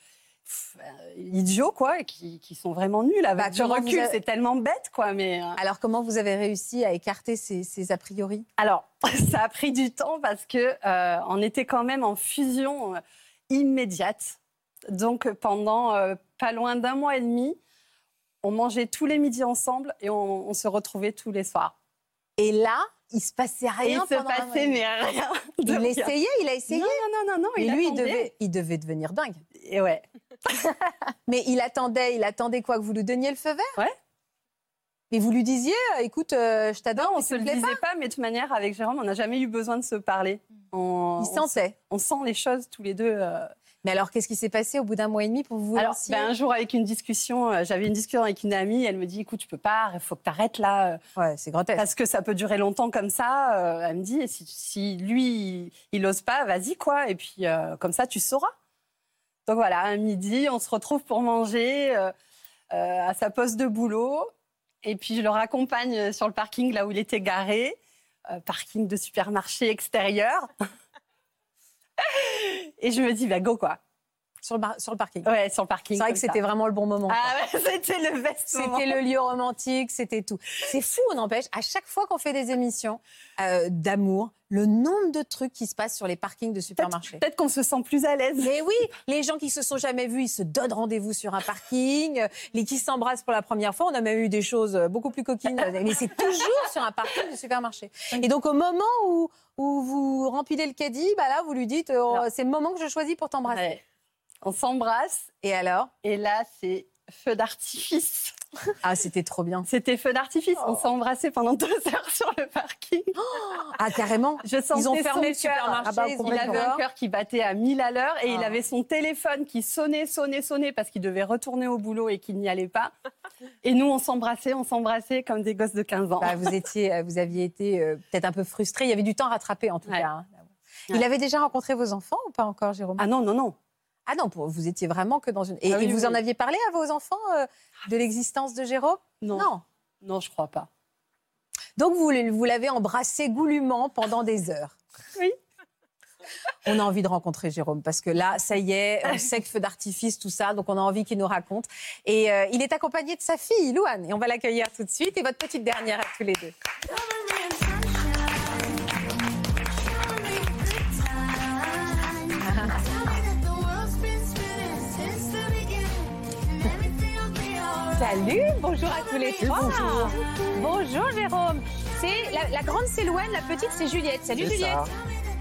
[SPEAKER 5] pff, euh, idiots, quoi, et qui, qui sont vraiment nuls. Avec
[SPEAKER 1] Bah,
[SPEAKER 5] du
[SPEAKER 1] comment vous
[SPEAKER 5] recul,
[SPEAKER 1] avez-
[SPEAKER 5] c'est tellement bête, quoi. Mais, euh,
[SPEAKER 1] Alors, comment vous avez réussi à écarter ces, ces a priori
[SPEAKER 5] Alors, [LAUGHS] ça a pris du temps parce que euh, on était quand même en fusion euh, immédiate. Donc euh, pendant euh, pas loin d'un mois et demi, on mangeait tous les midis ensemble et on, on se retrouvait tous les soirs.
[SPEAKER 1] Et là, il se passait
[SPEAKER 5] Et
[SPEAKER 1] rien
[SPEAKER 5] il se
[SPEAKER 1] pendant un mois et
[SPEAKER 5] passait
[SPEAKER 1] demi.
[SPEAKER 5] mais rien. de
[SPEAKER 1] Il
[SPEAKER 5] rien.
[SPEAKER 1] essayait, il a
[SPEAKER 5] Non,
[SPEAKER 1] essayé.
[SPEAKER 5] non, non, non.
[SPEAKER 1] Mais
[SPEAKER 5] il
[SPEAKER 1] lui, il
[SPEAKER 5] attendait.
[SPEAKER 1] devait, il devait devenir dingue.
[SPEAKER 5] Et ouais.
[SPEAKER 1] [LAUGHS] Mais il attendait, il attendait quoi que vous lui donniez le feu vert
[SPEAKER 5] Ouais.
[SPEAKER 1] Et vous lui disiez, euh, écoute, euh, je t'adore,
[SPEAKER 5] Non, on
[SPEAKER 1] mais
[SPEAKER 5] se
[SPEAKER 1] tu
[SPEAKER 5] le
[SPEAKER 1] me plais
[SPEAKER 5] disait pas, mais de toute manière, avec Jérôme, on n'a jamais eu besoin de se parler. On,
[SPEAKER 1] pas. Mm. Il
[SPEAKER 5] on-
[SPEAKER 1] sentait.
[SPEAKER 5] on sent les choses tous les deux. euh,
[SPEAKER 1] Mais alors, qu'est-ce qui s'est passé au bout d'un mois et demi pour vous
[SPEAKER 5] Alors,
[SPEAKER 1] lancer
[SPEAKER 5] ben, un jour, avec une discussion, euh, j'avais une discussion avec une amie, elle me dit Écoute, tu peux pas, il faut que tu arrêtes là, euh,
[SPEAKER 1] Ouais, c'est grotesque.
[SPEAKER 5] parce que ça peut durer longtemps comme ça. Euh, Elle me dit Et Si, si lui, il- il ose pas, vas-y, quoi. Et puis, euh, comme ça, tu sauras. Donc voilà, à midi, on se retrouve pour manger euh, euh, à sa poste de boulot. Et puis, je le raccompagne sur le parking, là où il était garé, euh, parking de supermarché extérieur. [LAUGHS] Et je me dis, bah go quoi.
[SPEAKER 1] Sur, le bar- sur le parking.
[SPEAKER 5] Ouais, sur le parking.
[SPEAKER 1] C'est vrai
[SPEAKER 5] comme
[SPEAKER 1] que
[SPEAKER 5] ça.
[SPEAKER 1] c'était vraiment le bon moment. quoi.
[SPEAKER 5] Ah ouais, [LAUGHS] c'était le best moment.
[SPEAKER 1] C'était le lieu romantique, c'était tout. C'est fou, on empêche. À chaque fois qu'on fait des émissions euh, d'amour, le nombre de trucs qui se passent sur les parkings de supermarchés.
[SPEAKER 5] Peut-être qu'on se sent plus à l'aise.
[SPEAKER 1] Mais oui, les gens qui se sont jamais vus, ils se donnent rendez-vous sur un parking, euh, les qui s'embrassent pour la première fois, on a même eu des choses euh, beaucoup plus
[SPEAKER 5] [LAUGHS]
[SPEAKER 1] coquines, euh, mais c'est toujours sur un parking de supermarché. Et donc au moment où, où vous rempilez le caddie, bah là vous lui dites euh,
[SPEAKER 5] Alors.
[SPEAKER 1] c'est le moment que je choisis pour t'embrasser.
[SPEAKER 5] Ouais. On s'embrasse
[SPEAKER 1] Et alors
[SPEAKER 5] et là c'est feu d'artifice.
[SPEAKER 1] [LAUGHS] Ah c'était trop bien. Oh.
[SPEAKER 5] C'était feu d'artifice. On s'est embrassé pendant deux heures sur le parking.
[SPEAKER 1] Ah carrément.
[SPEAKER 5] Je sentais
[SPEAKER 1] Ils ont fermé le
[SPEAKER 5] son cœur.
[SPEAKER 1] supermarché,
[SPEAKER 5] Ah bah,
[SPEAKER 1] ils ont
[SPEAKER 5] il avait
[SPEAKER 1] d'accord.
[SPEAKER 5] un cœur qui battait à 1000 à l'heure et il
[SPEAKER 1] Ah.
[SPEAKER 5] avait son téléphone qui sonnait, sonnait, sonnait parce qu'il devait retourner au boulot et qu'il n'y allait pas. Et nous on s'embrassait, on s'embrassait comme des gosses de 15 ans.
[SPEAKER 1] Bah, vous étiez, euh, vous aviez été euh, peut-être un peu frustré. Il y avait du temps à rattraper en tout
[SPEAKER 5] Ouais.
[SPEAKER 1] cas. hein. Il
[SPEAKER 5] Ouais.
[SPEAKER 1] avait déjà rencontré vos enfants ou pas encore, Jérôme
[SPEAKER 5] Ah non non non.
[SPEAKER 1] Ah non, pour- vous étiez vraiment que dans une. Et,
[SPEAKER 5] Ah oui,
[SPEAKER 1] et vous
[SPEAKER 5] oui.
[SPEAKER 1] en aviez parlé à vos enfants euh, de l'existence de Jérôme
[SPEAKER 5] Non. Non, je crois pas.
[SPEAKER 1] Donc vous, le- vous l'avez embrassé goulûment pendant des heures.
[SPEAKER 5] [LAUGHS] Oui.
[SPEAKER 1] On a envie de rencontrer Jérôme parce que là, ça y est, on sait que feu d'artifice, tout ça, donc on a envie qu'il nous raconte. Et euh, il est accompagné de sa fille, Louane, et on va l'accueillir tout de suite. Et votre petite dernière à tous les deux. Salut, bonjour à tous les trois. Bonjour. Jérôme. C'est la, la grande c'est Louane, la petite c'est Juliette. Salut
[SPEAKER 6] C'est
[SPEAKER 1] Juliette.
[SPEAKER 6] ça.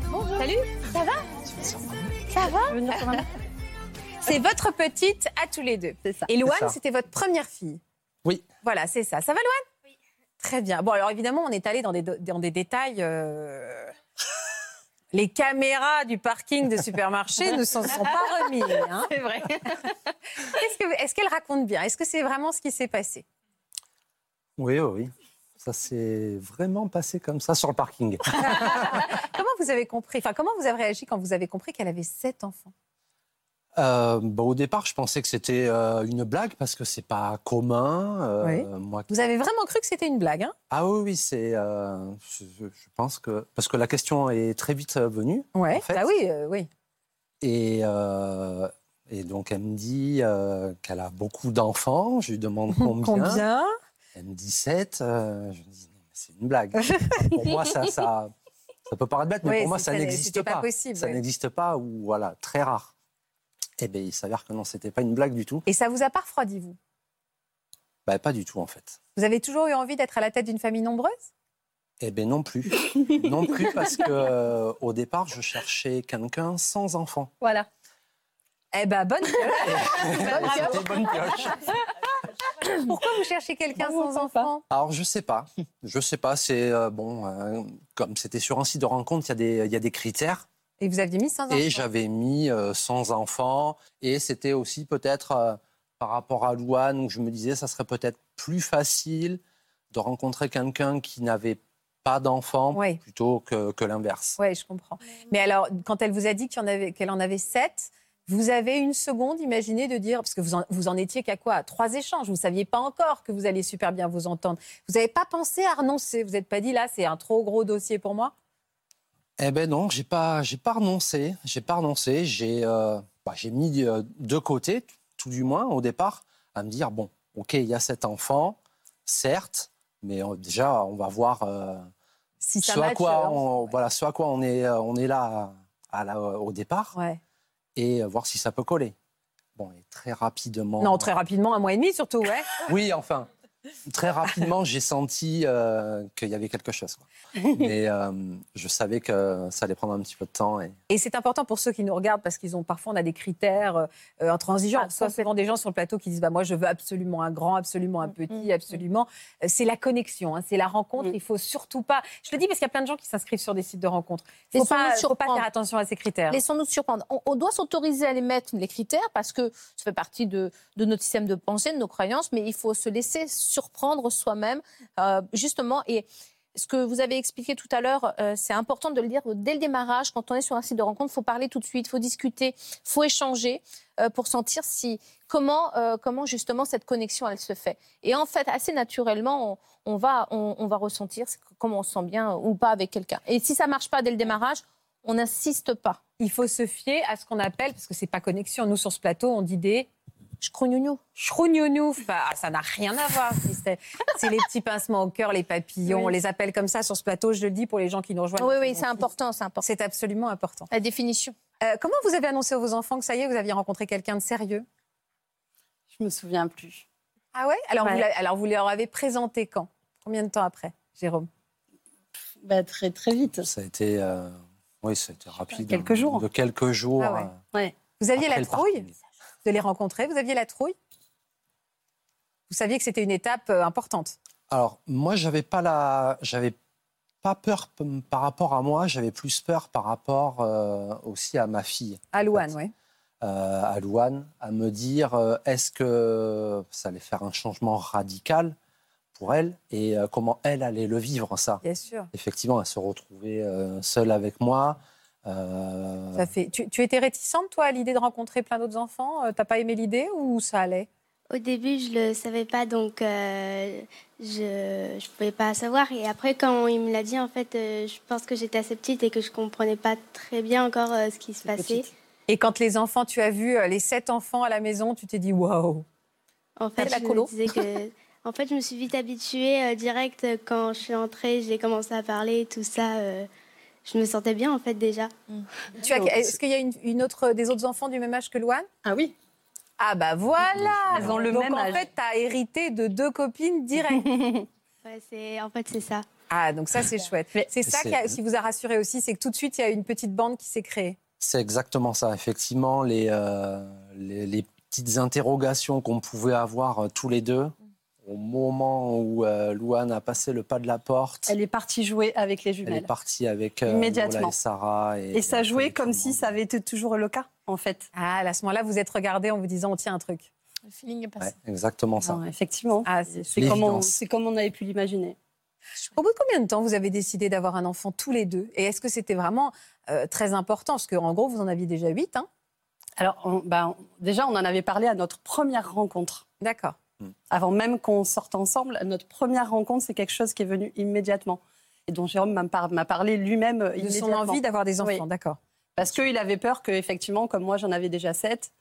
[SPEAKER 1] Bonjour. Salut, ça va Ça va [LAUGHS] C'est votre petite à tous les deux.
[SPEAKER 5] C'est ça.
[SPEAKER 1] Et Louane,
[SPEAKER 6] ça.
[SPEAKER 1] c'était votre première fille.
[SPEAKER 6] Oui.
[SPEAKER 1] Voilà, c'est ça. Ça va Louane Très bien. Bon, alors évidemment, on est allé dans des, do- dans des détails. euh, Les caméras du parking de supermarché ne s'en sont
[SPEAKER 5] [LAUGHS]
[SPEAKER 1] pas remises. hein.
[SPEAKER 5] C'est vrai.
[SPEAKER 1] [LAUGHS] Qu'est-ce que- Est-ce qu'elle raconte bien Est-ce que c'est vraiment ce qui s'est passé
[SPEAKER 6] Oui, oui, oui. Ça s'est vraiment passé comme ça sur
[SPEAKER 1] [LAUGHS]
[SPEAKER 6] le parking.
[SPEAKER 1] Comment vous avez compris Enfin, comment vous avez réagi quand vous avez compris qu'elle avait sept enfants
[SPEAKER 6] Euh, bon, au départ, je pensais que c'était euh, une blague parce que c'est pas commun. euh, moi-
[SPEAKER 1] Vous avez vraiment cru que c'était une blague, hein
[SPEAKER 6] Ah oui, oui, c'est. euh, je, je pense que parce que la question est très vite euh, venue.
[SPEAKER 1] Ouais.
[SPEAKER 6] En fait-
[SPEAKER 1] Bah oui, euh, oui.
[SPEAKER 6] Et, euh, et donc, elle me dit euh, qu'elle a beaucoup d'enfants. Je
[SPEAKER 1] [LAUGHS]
[SPEAKER 6] lui demande combien.
[SPEAKER 1] Combien
[SPEAKER 6] elle me dit 7. euh, je me dis, non, mais c'est une blague. pour moi, ça, ça, ça peut paraître bête, mais
[SPEAKER 1] Oui,
[SPEAKER 6] pour moi,
[SPEAKER 1] c'est-
[SPEAKER 6] ça
[SPEAKER 1] ça n'est-
[SPEAKER 6] n'existe
[SPEAKER 1] c'était pas
[SPEAKER 6] pas.
[SPEAKER 1] possible,
[SPEAKER 6] ça
[SPEAKER 1] oui.
[SPEAKER 6] n'existe pas, ou voilà, très rare. Eh bien, il s'avère que non, c'était pas une blague du tout.
[SPEAKER 1] Et ça vous a pas refroidi, vous
[SPEAKER 6] Bah, pas du tout, en fait.
[SPEAKER 1] Vous avez toujours eu envie d'être à la tête d'une famille nombreuse
[SPEAKER 6] Eh bien, non plus. non plus, parce que euh, au départ, je cherchais quelqu'un sans enfant.
[SPEAKER 1] Voilà. Eh ben, bonne
[SPEAKER 6] [LAUGHS] C'était bonne pioche.
[SPEAKER 1] [LAUGHS] Pourquoi vous cherchez quelqu'un sans enfant
[SPEAKER 6] Alors, je sais pas. Je sais pas. C'est euh, bon, euh, comme c'était sur un site de rencontre, il y, a des- il y a des critères.
[SPEAKER 1] Et vous aviez mis sans enfant
[SPEAKER 6] Et j'avais mis euh, sans enfant. Et c'était aussi peut-être euh, par rapport à Louane où je me disais ça serait peut-être plus facile de rencontrer quelqu'un qui n'avait pas d'enfant
[SPEAKER 1] Ouais.
[SPEAKER 6] plutôt que, que l'inverse.
[SPEAKER 1] Oui, je comprends. Mais alors, quand elle vous a dit qu'il y en avait- qu'elle en avait sept, vous avez une seconde, imaginez, de dire, parce que vous en, vous en étiez qu'à quoi À Trois échanges. Vous ne saviez pas encore que vous alliez super bien vous entendre. Vous n'avez pas pensé à renoncer. Vous n'êtes pas dit, là, c'est un trop gros dossier pour moi
[SPEAKER 6] Eh ben non, j'ai pas, j'ai pas renoncé. J'ai pas renoncé. J'ai, euh, bah, j'ai mis euh, de côté, tout du moins au départ, à me dire bon, ok, il y a cet enfant, certes, mais euh, déjà on va voir euh,
[SPEAKER 1] Si ça
[SPEAKER 6] ce à
[SPEAKER 1] match,
[SPEAKER 6] quoi
[SPEAKER 1] euh,
[SPEAKER 6] on, voilà, ce à quoi on est, euh, on est là à, à la- au départ
[SPEAKER 1] Ouais.
[SPEAKER 6] et euh, voir si ça peut coller. Bon, et très rapidement.
[SPEAKER 1] Non, très rapidement, un mois et demi surtout, ouais.
[SPEAKER 6] Oui, enfin, très rapidement, j'ai senti euh, qu'il y avait quelque chose. quoi. Mais euh, je savais que ça allait prendre un petit peu de temps. Et...
[SPEAKER 1] Et c'est important pour ceux qui nous regardent parce qu'ils ont parfois on a des critères euh, euh, intransigeants.
[SPEAKER 7] Ah,
[SPEAKER 1] On reçoit souvent des gens sur le plateau qui disent bah moi je veux absolument un grand, absolument
[SPEAKER 7] Mm,
[SPEAKER 1] un petit, absolument. Euh, C'est la connexion, hein, c'est la rencontre. Il faut surtout pas. Je le dis parce qu'il y a plein de gens qui s'inscrivent sur des sites de rencontres. Faut
[SPEAKER 7] Laissons-nous
[SPEAKER 1] pas, faut pas
[SPEAKER 7] surprendre.
[SPEAKER 1] faire attention à ces critères.
[SPEAKER 7] Laissons-nous surprendre. On, on doit s'autoriser à les mettre, les critères, parce que ça fait partie de, de notre système de pensée, de nos croyances, mais il faut se laisser surprendre soi-même, euh, justement. Et ce que vous avez expliqué tout à l'heure, euh, c'est important de le dire dès le démarrage, quand on est sur un site de rencontre, il faut parler tout de suite, il faut discuter, il faut échanger euh, pour sentir si, comment, euh, comment justement cette connexion, elle se fait. Et en fait, assez naturellement, on, on va, on, on va ressentir comment on se sent bien ou pas avec quelqu'un. Et si ça marche pas dès le démarrage, on n'insiste pas.
[SPEAKER 1] Il faut se fier à ce qu'on appelle parce que c'est pas connexion. Nous sur ce plateau on dit des
[SPEAKER 7] Je crois gnougnou.
[SPEAKER 1] Chrounionouf, bah, ça n'a rien à voir. si C'est c'est les petits pincements au cœur, les papillons,
[SPEAKER 7] Oui.
[SPEAKER 1] on les appelle comme ça sur ce plateau. Je le dis pour les gens qui nous rejoignent.
[SPEAKER 7] Oui, oui, c'est important, c'est important.
[SPEAKER 1] C'est absolument important.
[SPEAKER 7] La définition.
[SPEAKER 1] Euh, comment vous avez annoncé à vos enfants que ça y est, vous aviez rencontré quelqu'un de sérieux
[SPEAKER 5] Je me souviens plus.
[SPEAKER 1] Ah ouais alors, Vous
[SPEAKER 5] Ouais.
[SPEAKER 1] l'a- alors vous leur avez présenté quand Combien de temps après, Jérôme
[SPEAKER 5] Bah, très très vite.
[SPEAKER 6] Ça a été, euh, oui, ça a été rapide.
[SPEAKER 5] Quelques jours.
[SPEAKER 6] De quelques jours.
[SPEAKER 1] Ah ouais.
[SPEAKER 6] euh,
[SPEAKER 1] Vous aviez
[SPEAKER 6] après
[SPEAKER 1] la
[SPEAKER 6] le
[SPEAKER 1] trouille
[SPEAKER 6] parking.
[SPEAKER 1] de les rencontrer Vous aviez la trouille Vous saviez que c'était une étape euh, importante.
[SPEAKER 6] Alors, moi, j'avais pas la, j'avais pas peur p- par rapport à moi. J'avais plus peur par rapport euh, aussi à ma fille.
[SPEAKER 1] À Louane,
[SPEAKER 6] fait.
[SPEAKER 1] oui.
[SPEAKER 6] euh, à Louane à me dire euh, est-ce que ça allait faire un changement radical pour elle et euh, comment elle allait le vivre ça.
[SPEAKER 1] Bien sûr.
[SPEAKER 6] Effectivement, elle se retrouvait euh, seule avec moi. euh,
[SPEAKER 1] Ça fait... tu, tu étais réticente, toi, à l'idée de rencontrer plein d'autres enfants Euh, T'as pas aimé l'idée ou ça allait
[SPEAKER 10] Au début, je le savais pas, donc euh, je je pouvais pas savoir. Et après, quand il me l'a dit, en fait, euh, je pense que j'étais assez petite et que je comprenais pas très bien encore euh, ce qui se passait.
[SPEAKER 1] Et quand les enfants, tu as vu euh, les sept enfants à la maison, tu t'es dit waouh
[SPEAKER 10] En fait,
[SPEAKER 7] de la
[SPEAKER 10] je me
[SPEAKER 7] colo.
[SPEAKER 1] [LAUGHS]
[SPEAKER 10] disais que, en fait, je me suis vite habituée euh, direct euh, quand je suis entrée, j'ai commencé à parler, tout ça. euh, je me sentais bien, en fait, déjà.
[SPEAKER 1] Mm. Tu as- Est-ce qu'il y a une, une autre, des autres enfants du même âge que Louane
[SPEAKER 5] Ah oui.
[SPEAKER 1] Ah bah voilà
[SPEAKER 5] Elles ont le
[SPEAKER 1] Donc
[SPEAKER 5] même
[SPEAKER 1] en
[SPEAKER 5] âge.
[SPEAKER 1] fait, t'as hérité de deux copines [LAUGHS] direct.
[SPEAKER 10] Ouais, c'est, en fait, c'est ça.
[SPEAKER 1] ah, donc ça, c'est chouette.
[SPEAKER 5] Mais-
[SPEAKER 1] C'est ça
[SPEAKER 6] C'est-
[SPEAKER 1] qui, a- qui vous a rassuré aussi, c'est que tout de suite, il y a une petite bande qui s'est créée.
[SPEAKER 6] C'est exactement ça. Effectivement, les, euh, les, les petites interrogations qu'on pouvait avoir euh, tous les deux au moment où euh, Louane a passé le pas de la porte.
[SPEAKER 5] Elle est partie jouer avec les
[SPEAKER 6] Elle est
[SPEAKER 5] jumelles.
[SPEAKER 6] partie avec euh,
[SPEAKER 5] Immédiatement.
[SPEAKER 6] Lola et Sarah. Et,
[SPEAKER 5] Et ça jouait
[SPEAKER 6] avec tout
[SPEAKER 5] comme
[SPEAKER 6] le
[SPEAKER 5] si
[SPEAKER 6] monde.
[SPEAKER 5] ça avait été toujours le cas, en fait.
[SPEAKER 1] Ah, à ce moment-là, vous êtes regardés en vous disant, on tient un truc.
[SPEAKER 7] Le feeling est passé.
[SPEAKER 6] euh, Ouais, exactement ça.
[SPEAKER 5] Non, effectivement.
[SPEAKER 1] Ah, c'est
[SPEAKER 5] C'est comme, on,
[SPEAKER 6] L'évidence.
[SPEAKER 5] c'est comme on avait pu l'imaginer.
[SPEAKER 1] Au bout de combien de temps vous avez décidé d'avoir un enfant tous les deux Et est-ce que c'était vraiment euh, très important Parce qu'en gros, vous en aviez déjà huit, hein
[SPEAKER 5] Alors, on- bah, on- déjà, on en avait parlé à notre première rencontre.
[SPEAKER 1] D'accord.
[SPEAKER 5] Avant même qu'on sorte ensemble, notre première rencontre, c'est quelque chose qui est venu immédiatement. Et dont Jérôme m'a par- m'a parlé lui-même euh,
[SPEAKER 1] De son
[SPEAKER 5] immédiatement.
[SPEAKER 1] envie d'avoir des enfants,
[SPEAKER 5] Oui.
[SPEAKER 1] d'accord.
[SPEAKER 5] Parce qu'il avait peur que, effectivement, comme moi j'en avais déjà sept,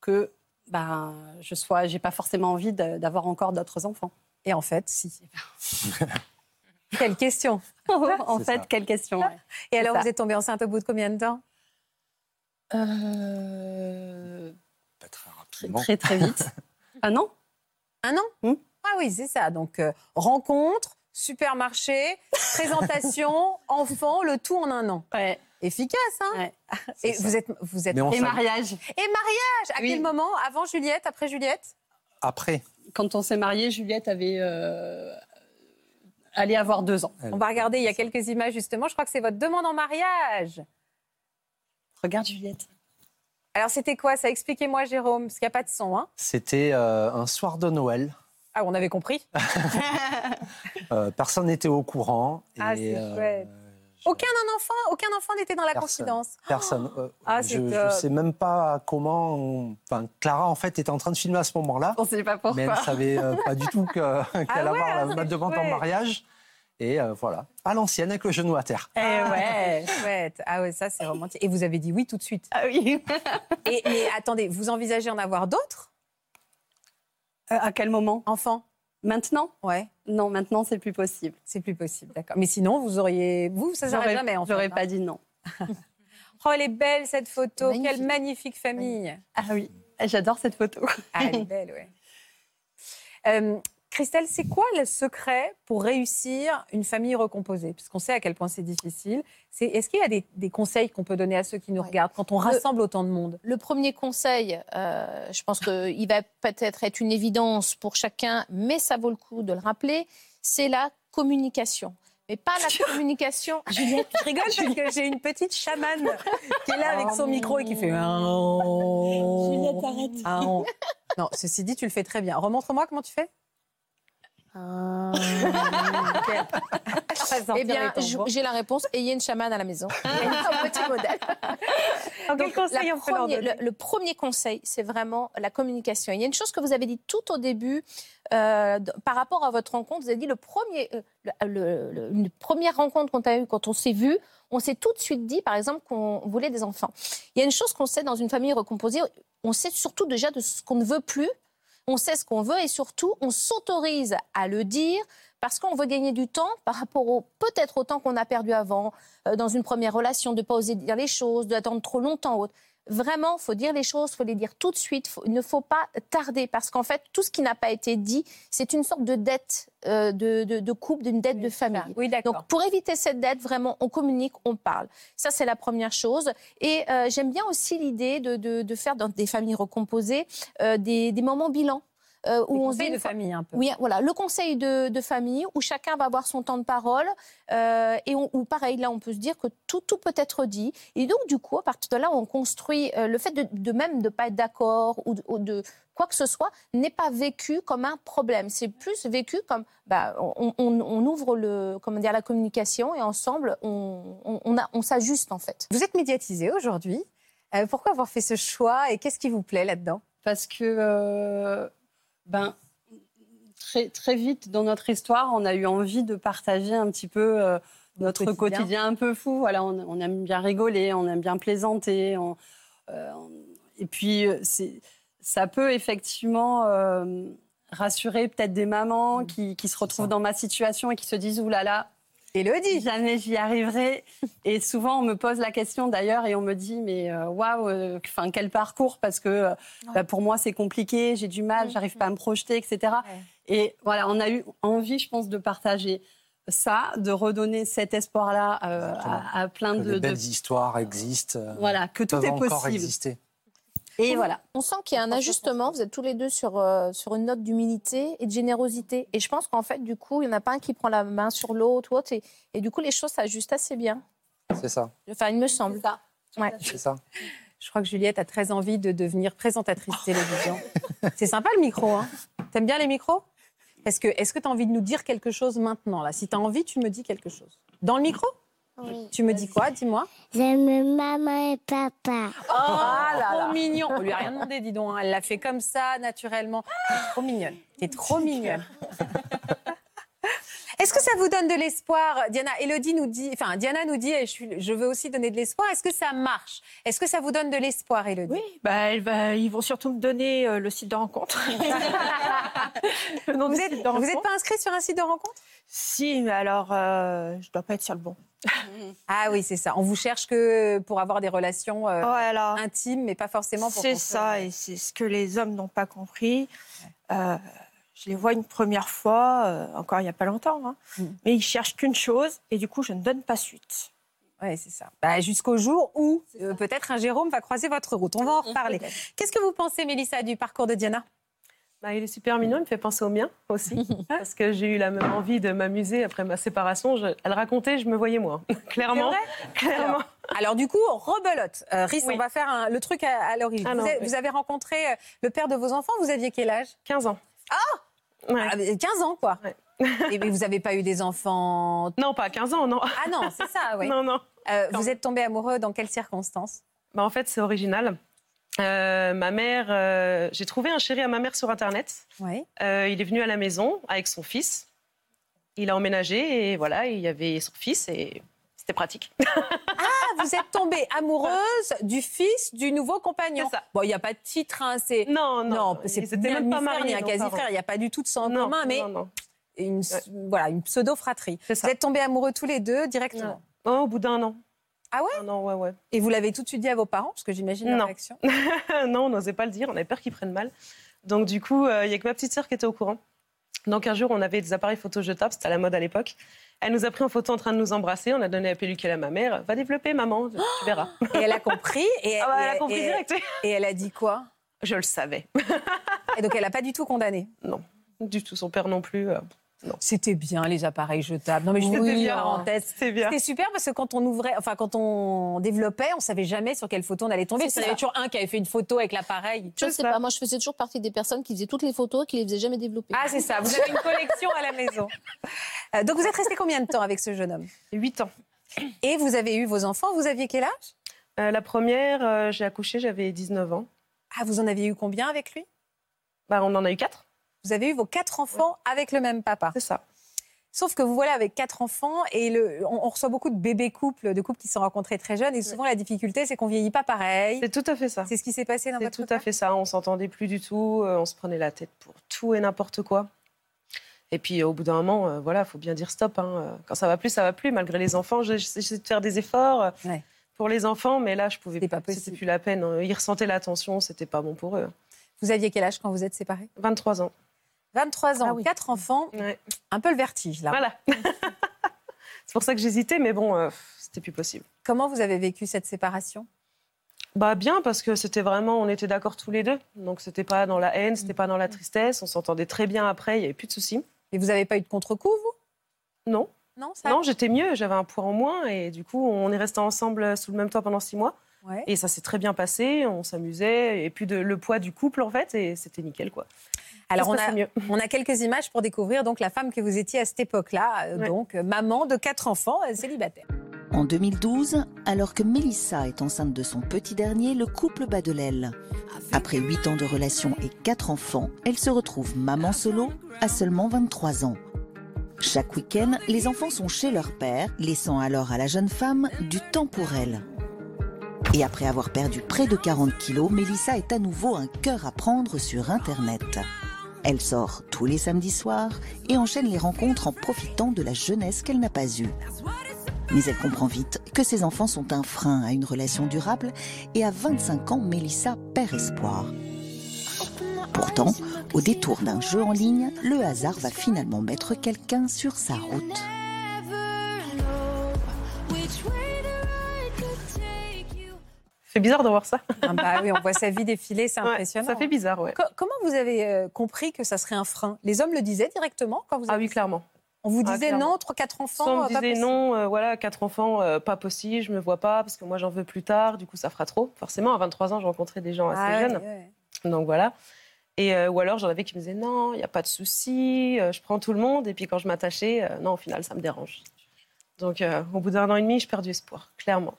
[SPEAKER 5] que ben, je sois, j'ai pas forcément envie de- d'avoir encore d'autres enfants.
[SPEAKER 1] Et en fait, si. Quelle question
[SPEAKER 5] [LAUGHS] en
[SPEAKER 6] C'est
[SPEAKER 5] fait,
[SPEAKER 6] ça.
[SPEAKER 5] quelle question ouais.
[SPEAKER 1] Et alors,
[SPEAKER 5] ça.
[SPEAKER 1] vous êtes tombée enceinte au bout de combien de temps
[SPEAKER 11] Euh, pas très
[SPEAKER 5] Très,
[SPEAKER 11] rapidement.
[SPEAKER 5] très, très
[SPEAKER 11] [LAUGHS]
[SPEAKER 5] vite. Un an Hmm
[SPEAKER 1] Un an Ah oui, c'est ça. Donc, euh, rencontre,
[SPEAKER 5] [LAUGHS]
[SPEAKER 1] supermarché, présentation, enfant, le tout en un an. Efficace, hein Et vous êtes, vous êtes
[SPEAKER 6] Mais on Et s'am-
[SPEAKER 5] mariage.
[SPEAKER 1] Et mariage À quel moment Avant Juliette Après Juliette
[SPEAKER 6] Après,
[SPEAKER 5] Quand on s'est mariés, Juliette avait euh, allait avoir deux ans.
[SPEAKER 1] On va regarder, il y a quelques images justement. Je crois que c'est votre demande en mariage.
[SPEAKER 5] Regarde Juliette.
[SPEAKER 1] Alors c'était quoi ça Expliquez-moi Jérôme, parce qu'il n'y a pas de son. Hein
[SPEAKER 6] c'était euh, un soir de Noël.
[SPEAKER 1] ah, on avait compris.
[SPEAKER 6] Euh, personne n'était au courant.
[SPEAKER 1] Ah,
[SPEAKER 6] et,
[SPEAKER 1] c'est
[SPEAKER 6] euh,
[SPEAKER 1] chouette. Aucun un enfant, aucun enfant n'était dans la confidence.
[SPEAKER 6] Personne. Euh,
[SPEAKER 1] Ah, c'est
[SPEAKER 6] je ne
[SPEAKER 1] top.
[SPEAKER 6] sais même pas comment. on- Enfin, Clara, en fait, était en train de filmer à ce moment-là.
[SPEAKER 5] On ne sait pas pourquoi.
[SPEAKER 6] Mais elle ne savait euh, pas du tout que- [LAUGHS] qu'elle
[SPEAKER 5] [LAUGHS] Ah ouais,
[SPEAKER 6] allait avoir
[SPEAKER 5] c'est
[SPEAKER 6] la, ma demande en
[SPEAKER 5] chouette.
[SPEAKER 6] mariage. Et euh, voilà, à l'ancienne, avec le genou à terre.
[SPEAKER 1] Eh ouais, chouette. Ah ouais, ça c'est romantique. Et vous avez dit oui tout de suite.
[SPEAKER 5] Ah oui.
[SPEAKER 1] et, mais attendez, vous envisagez en avoir d'autres
[SPEAKER 5] Euh, à quel moment
[SPEAKER 1] Enfant.
[SPEAKER 5] Maintenant
[SPEAKER 1] Ouais.
[SPEAKER 5] Non, maintenant, c'est plus possible.
[SPEAKER 1] C'est plus possible, d'accord. Mais sinon, vous auriez. Vous, ça s'arrête
[SPEAKER 5] J'aurais-
[SPEAKER 1] jamais en fait.
[SPEAKER 5] J'aurais
[SPEAKER 1] hein.
[SPEAKER 5] pas dit non.
[SPEAKER 1] Oh, elle est belle cette photo. Quelle magnifique famille.
[SPEAKER 5] Ah oui, j'adore cette photo. [LAUGHS]
[SPEAKER 1] Ah, elle est belle, ouais. Euh, Christelle, c'est quoi le secret pour réussir une famille recomposée Puisqu'on sait à quel point c'est difficile. C'est, est-ce qu'il y a des, des conseils qu'on peut donner à ceux qui nous regardent quand on rassemble autant de monde
[SPEAKER 7] Le premier conseil, euh, je pense qu'il va peut-être être une évidence pour chacun, mais ça vaut le coup de le rappeler, c'est la communication. Mais pas la
[SPEAKER 1] [LAUGHS]
[SPEAKER 7] communication.
[SPEAKER 1] Juliette, je rigole parce que j'ai une petite chamane qui est là avec son micro et qui fait. [LAUGHS]
[SPEAKER 7] Juliette,
[SPEAKER 1] arrête. Non, ceci dit, tu le fais très bien. Remontre-moi comment tu fais. sortir
[SPEAKER 7] Eh bien,
[SPEAKER 1] les
[SPEAKER 7] j-
[SPEAKER 1] tambours.
[SPEAKER 7] j'ai la réponse. Ayez une chamane à la [LAUGHS] maison. Elle est un Ah, petit
[SPEAKER 1] [LAUGHS]
[SPEAKER 7] modèle.
[SPEAKER 1] quel conseil
[SPEAKER 7] la
[SPEAKER 1] on peut leur
[SPEAKER 7] première-
[SPEAKER 1] donner
[SPEAKER 7] le, le premier conseil, c'est vraiment la communication. Il y a une chose que vous avez dit tout au début euh, d- par rapport à votre rencontre. Vous avez dit le premier, euh, le- le- le- une première rencontre qu'on a eue quand on s'est vu, on s'est tout de suite dit, par exemple, qu'on voulait des enfants. Il y a une chose qu'on sait dans une famille recomposée, on sait surtout déjà de ce qu'on ne veut plus. On sait ce qu'on veut et surtout, on s'autorise à le dire parce qu'on veut gagner du temps par rapport au peut-être au temps qu'on a perdu avant euh, dans une première relation, de pas oser dire les choses, d'attendre trop longtemps. ou autre. Vraiment, faut dire les choses, faut les dire tout de suite. faut- il ne faut pas tarder parce qu'en fait, tout ce qui n'a pas été dit, c'est une sorte de dette euh, de, de- de couple, d'une dette de famille. Donc, pour éviter cette dette, vraiment, on communique, on parle. Ça, c'est la première chose. Et euh, j'aime bien aussi l'idée de, de- de faire dans des familles recomposées euh, des, des moments bilans. euh, où on
[SPEAKER 1] Des
[SPEAKER 7] se
[SPEAKER 1] conseils
[SPEAKER 7] dit
[SPEAKER 1] de
[SPEAKER 7] une fois-
[SPEAKER 1] famille, un peu.
[SPEAKER 7] Oui, voilà, le conseil de, de famille où chacun va avoir son temps de parole euh, et on- où pareil, là, on peut se dire que tout, tout peut être dit. Et donc, du coup, à partir de là, on construit euh, le fait de, de même de pas être d'accord ou de, ou de quoi que ce soit n'est pas vécu comme un problème. C'est plus vécu comme bah, on, on- on ouvre le comment dire la communication et ensemble on, on- on a- on s'ajuste en fait.
[SPEAKER 1] Vous êtes médiatisé aujourd'hui. Euh, pourquoi avoir fait ce choix et qu'est-ce qui vous plaît là-dedans
[SPEAKER 5] Parce que, euh, ben, très, très vite dans notre histoire, on a eu envie de partager un petit peu euh, notre quotidien.
[SPEAKER 1] quotidien.
[SPEAKER 5] un peu fou. Voilà, on, on aime bien rigoler, on aime bien plaisanter. on- euh, on- et puis, euh, c'est, ça peut effectivement euh, rassurer peut-être des mamans qui, qui se retrouvent dans ma situation et qui se disent, oulala, là
[SPEAKER 1] là,
[SPEAKER 5] jamais j'y arriverai. et souvent, on me pose la question d'ailleurs et on me dit, mais euh, waouh, euh, enfin, quel parcours Parce que euh, bah, pour moi, c'est compliqué, j'ai du mal, j'arrive pas à me projeter, etc. Et voilà, on a eu envie, je pense, de partager ça, de redonner cet espoir-là euh, à, à plein
[SPEAKER 6] Que
[SPEAKER 5] de,
[SPEAKER 6] les belles
[SPEAKER 5] de-
[SPEAKER 6] histoires existent. euh,
[SPEAKER 5] Voilà, que tout
[SPEAKER 6] peuvent
[SPEAKER 5] est
[SPEAKER 6] encore
[SPEAKER 5] possible.
[SPEAKER 6] exister.
[SPEAKER 5] Et voilà.
[SPEAKER 7] On sent qu'il y a un ajustement. Vous êtes tous les deux sur, euh, sur une note d'humilité et de générosité. Et je pense qu'en fait, du coup, il n'y en a pas un qui prend la main sur l'autre ou autre. Et, et du coup, les choses s'ajustent assez bien.
[SPEAKER 6] C'est ça.
[SPEAKER 7] Enfin, il me semble. Ouais.
[SPEAKER 6] C'est ça.
[SPEAKER 1] Je crois que Juliette a très envie de devenir présentatrice télévision. [LAUGHS] C'est sympa le micro, hein T'aimes bien les micros Parce que est-ce que tu as envie de nous dire quelque chose maintenant là Si tu as envie, tu me dis quelque chose. Dans le micro
[SPEAKER 12] Oui.
[SPEAKER 1] Tu me dis quoi Dis-moi.
[SPEAKER 12] J'aime maman et papa.
[SPEAKER 1] Oh, là là. trop mignon. On lui a rien demandé, dis donc. hein. Elle l'a fait comme ça, naturellement. T'es trop mignonne. T'es trop mignonne. Est-ce que ça vous donne de l'espoir Diana, Elodie nous dit, enfin Diana nous dit, eh, je, suis- je veux aussi donner de l'espoir. Est-ce que ça marche Est-ce que ça vous donne de l'espoir, Elodie
[SPEAKER 13] Oui, bah, elle va- ils vont surtout me donner euh, le site de
[SPEAKER 1] [LAUGHS]
[SPEAKER 13] rencontre.
[SPEAKER 1] vous n'êtes pas inscrit sur un site de rencontre
[SPEAKER 13] Si, mais alors euh, je ne dois pas être sur le bon.
[SPEAKER 1] [LAUGHS] Ah oui, c'est ça. On vous cherche que pour avoir des relations
[SPEAKER 13] Oh,
[SPEAKER 1] euh,
[SPEAKER 2] Voilà.
[SPEAKER 1] intimes, mais pas forcément pour.
[SPEAKER 2] C'est
[SPEAKER 1] construire-
[SPEAKER 2] ça, et c'est ce que les hommes n'ont pas compris. Euh, je les vois une première fois, euh, encore il n'y a pas longtemps, hein,
[SPEAKER 1] Hmm.
[SPEAKER 2] mais ils cherchent qu'une chose, et du coup, je ne donne pas suite.
[SPEAKER 1] Oui, c'est ça. Bah, Jusqu'au jour où euh, peut-être un Jérôme va croiser votre route. On va en reparler. Qu'est-ce que vous pensez, Mélissa, du parcours de Diana
[SPEAKER 11] Bah, il est super mignon, [LAUGHS] il me fait penser au mien [LAUGHS] aussi, parce que j'ai eu la même envie de m'amuser après ma séparation. Je- elle racontait, je me voyais moi, [LAUGHS] clairement. clairement.
[SPEAKER 1] Alors, alors, du coup, rebelote. Euh, Rhys, on va faire un- le truc à, à l'origine.
[SPEAKER 11] Ah
[SPEAKER 1] vous,
[SPEAKER 11] non,
[SPEAKER 1] avez-
[SPEAKER 11] oui.
[SPEAKER 1] vous avez rencontré euh, le père de vos enfants, vous aviez quel âge
[SPEAKER 11] 15 ans.
[SPEAKER 1] Ah Ah, mais 15 ans, quoi. Et mais vous n'avez pas eu des enfants
[SPEAKER 11] Non, pas 15 ans, non.
[SPEAKER 1] Ah non, c'est ça,
[SPEAKER 11] [LAUGHS]
[SPEAKER 1] oui.
[SPEAKER 11] Non, non.
[SPEAKER 1] Euh, vous êtes tombé amoureux dans quelles circonstances
[SPEAKER 11] Bah, en fait, c'est original. Euh, ma mère, euh, j'ai trouvé un chéri à ma mère sur Internet. Euh, il est venu à la maison avec son fils. Il a emménagé et voilà, il y avait son fils et c'était pratique. [LAUGHS]
[SPEAKER 1] Ah, vous êtes tombée amoureuse du fils du nouveau compagnon. Bon, il n'y a pas de titre, hein, c'est.
[SPEAKER 11] Non,
[SPEAKER 1] non. c'est
[SPEAKER 11] ils étaient
[SPEAKER 1] ni un
[SPEAKER 11] même pas
[SPEAKER 1] demi-frère,
[SPEAKER 11] mariés,
[SPEAKER 1] ni un
[SPEAKER 11] donc,
[SPEAKER 1] quasi-frère.
[SPEAKER 11] pardon.
[SPEAKER 1] Il n'y a pas du tout de sang en
[SPEAKER 11] Non,
[SPEAKER 1] commun, mais
[SPEAKER 11] non, non.
[SPEAKER 1] une s- voilà une pseudo fratrie. Vous êtes tombés amoureux tous les deux directement.
[SPEAKER 11] Oh, au bout d'un an.
[SPEAKER 1] Ah ouais.
[SPEAKER 11] ouais, ouais.
[SPEAKER 1] Et vous l'avez tout de suite dit à vos parents, parce que j'imagine leur
[SPEAKER 11] Non. [LAUGHS]
[SPEAKER 1] réaction.
[SPEAKER 11] non, on n'osait pas le dire, on avait peur qu'ils prennent mal. Donc du coup, euh, il n'y a que ma petite sœur qui était au courant. Donc un jour, on avait des appareils photo jetables, c'était à la mode à l'époque. Elle nous a pris en photo en train de nous embrasser, on a donné la pellicule à ma mère. Va développer, maman,
[SPEAKER 1] [GASPS]
[SPEAKER 11] tu verras.
[SPEAKER 1] Et elle a compris. Et
[SPEAKER 11] Ah bah, elle
[SPEAKER 1] et-
[SPEAKER 11] a compris
[SPEAKER 1] et-
[SPEAKER 11] direct.
[SPEAKER 1] Et elle a dit quoi
[SPEAKER 11] Je le savais.
[SPEAKER 1] Et donc elle n'a pas du tout condamné.
[SPEAKER 11] Non, du tout. Son père non plus.
[SPEAKER 1] C'était bien les appareils jetables. Non mais je fais
[SPEAKER 11] C'était
[SPEAKER 1] une
[SPEAKER 11] bien,
[SPEAKER 1] parenthèse.
[SPEAKER 11] c'était bien.
[SPEAKER 1] C'était super parce que quand on ouvrait, enfin quand on développait, on savait jamais sur quelle photo on allait tomber.
[SPEAKER 7] C'est
[SPEAKER 1] Il y en
[SPEAKER 7] ça.
[SPEAKER 1] avait toujours un qui avait fait une photo avec l'appareil.
[SPEAKER 7] Je ne sais pas, moi je faisais toujours partie des personnes qui faisaient toutes les photos et qui les faisaient jamais développer.
[SPEAKER 1] Ah c'est ça. Vous
[SPEAKER 7] [LAUGHS]
[SPEAKER 1] avez une collection à la maison. Euh, donc vous êtes resté combien de temps avec ce jeune homme
[SPEAKER 11] 8 ans.
[SPEAKER 1] Et vous avez eu vos enfants. Vous aviez quel âge
[SPEAKER 11] Euh, la première, euh, j'ai accouché, j'avais 19 ans.
[SPEAKER 1] Ah vous en aviez eu combien avec lui
[SPEAKER 11] Bah, on en a eu quatre.
[SPEAKER 1] Vous avez eu vos quatre enfants avec le même papa.
[SPEAKER 11] C'est ça.
[SPEAKER 1] Sauf que vous voilà avec quatre enfants et le, on, on reçoit beaucoup de bébés couples, de couples qui se sont rencontrés très jeunes et souvent la difficulté c'est qu'on vieillit pas pareil.
[SPEAKER 11] C'est tout à fait ça.
[SPEAKER 1] C'est ce qui s'est passé dans
[SPEAKER 11] C'est
[SPEAKER 1] votre
[SPEAKER 11] tout à fait ça. On s'entendait plus du tout. euh, on se prenait la tête pour tout et n'importe quoi. Et puis au bout d'un moment, euh, voilà, faut bien dire stop. hein. Euh, Quand ça va plus, ça va plus. Malgré les enfants, j'ai- j'essaie de faire des efforts euh, pour les enfants, mais là, je pouvais pas. C'était plus la peine. hein. Ils ressentaient la tension, c'était pas bon pour eux.
[SPEAKER 1] Vous aviez quel âge quand vous êtes séparés
[SPEAKER 11] 23 ans.
[SPEAKER 1] 23 ans, quatre enfants, un peu le vertige là.
[SPEAKER 11] Voilà. [LAUGHS] C'est pour ça que j'hésitais, mais bon, euh, pff, c'était plus possible.
[SPEAKER 1] Comment vous avez vécu cette séparation
[SPEAKER 11] Bah bien parce que c'était vraiment, on était d'accord tous les deux, donc c'était pas dans la haine, c'était pas dans la tristesse, on s'entendait très bien après, il n'y avait plus de soucis.
[SPEAKER 1] Et vous n'avez pas eu de contre-coup,
[SPEAKER 11] vous Non.
[SPEAKER 1] Non, ça
[SPEAKER 11] non, j'étais mieux, j'avais un poids en moins et du coup on est resté ensemble sous le même toit pendant six mois
[SPEAKER 1] Ouais.
[SPEAKER 11] et ça s'est très bien passé, on s'amusait et puis de, le poids du couple en fait et c'était nickel quoi.
[SPEAKER 1] Alors
[SPEAKER 11] Ça
[SPEAKER 1] on
[SPEAKER 11] se
[SPEAKER 1] a,
[SPEAKER 11] passait mieux.
[SPEAKER 1] on a quelques images pour découvrir donc la femme que vous étiez à cette époque-là, euh,
[SPEAKER 14] Ouais.
[SPEAKER 1] donc euh, maman de quatre enfants, euh, célibataire.
[SPEAKER 14] En 2012, alors que Mélissa est enceinte de son petit dernier, le couple bat de l'aile. Après 8 ans de relation et 4 enfants, elle se retrouve maman solo à seulement 23 ans. Chaque week-end, les enfants sont chez leur père, laissant alors à la jeune femme du temps pour elle. Et après avoir perdu près de 40 kilos, Mélissa est à nouveau un cœur à prendre sur Internet. Elle sort tous les samedis soirs et enchaîne les rencontres en profitant de la jeunesse qu'elle n'a pas eue. Mais elle comprend vite que ses enfants sont un frein à une relation durable et à 25 ans, Mélissa perd espoir. Pourtant, au détour d'un jeu en ligne, le hasard va finalement mettre quelqu'un sur sa route.
[SPEAKER 11] C'est bizarre de voir ça.
[SPEAKER 1] Ah bah oui, on voit sa vie défiler,
[SPEAKER 11] [LAUGHS]
[SPEAKER 1] c'est
[SPEAKER 11] Ouais,
[SPEAKER 1] impressionnant.
[SPEAKER 11] ça fait bizarre, ouais.
[SPEAKER 1] Co- comment vous avez euh, compris que ça serait un frein Les hommes le disaient directement quand vous
[SPEAKER 11] Ah oui, clairement.
[SPEAKER 1] On vous
[SPEAKER 11] Ah,
[SPEAKER 1] disait
[SPEAKER 11] clairement.
[SPEAKER 1] non, trois, quatre enfants,
[SPEAKER 11] Soit on me
[SPEAKER 1] euh, pas
[SPEAKER 11] disait
[SPEAKER 1] possible.
[SPEAKER 11] non, euh, voilà, quatre enfants, euh, pas possible, je me vois pas, parce que moi j'en veux plus tard, du coup ça fera trop. Forcément, à 23 ans, j'ai rencontré des gens assez
[SPEAKER 1] Ah ouais,
[SPEAKER 11] jeunes.
[SPEAKER 1] ouais.
[SPEAKER 11] Donc voilà. Et, euh, ou alors j'en avais qui me disaient non, il n'y a pas de souci, euh, je prends tout le monde. Et puis quand je m'attachais, euh, non, au final, ça me dérange. Donc euh, au bout d'un an et demi, je perds du espoir, clairement.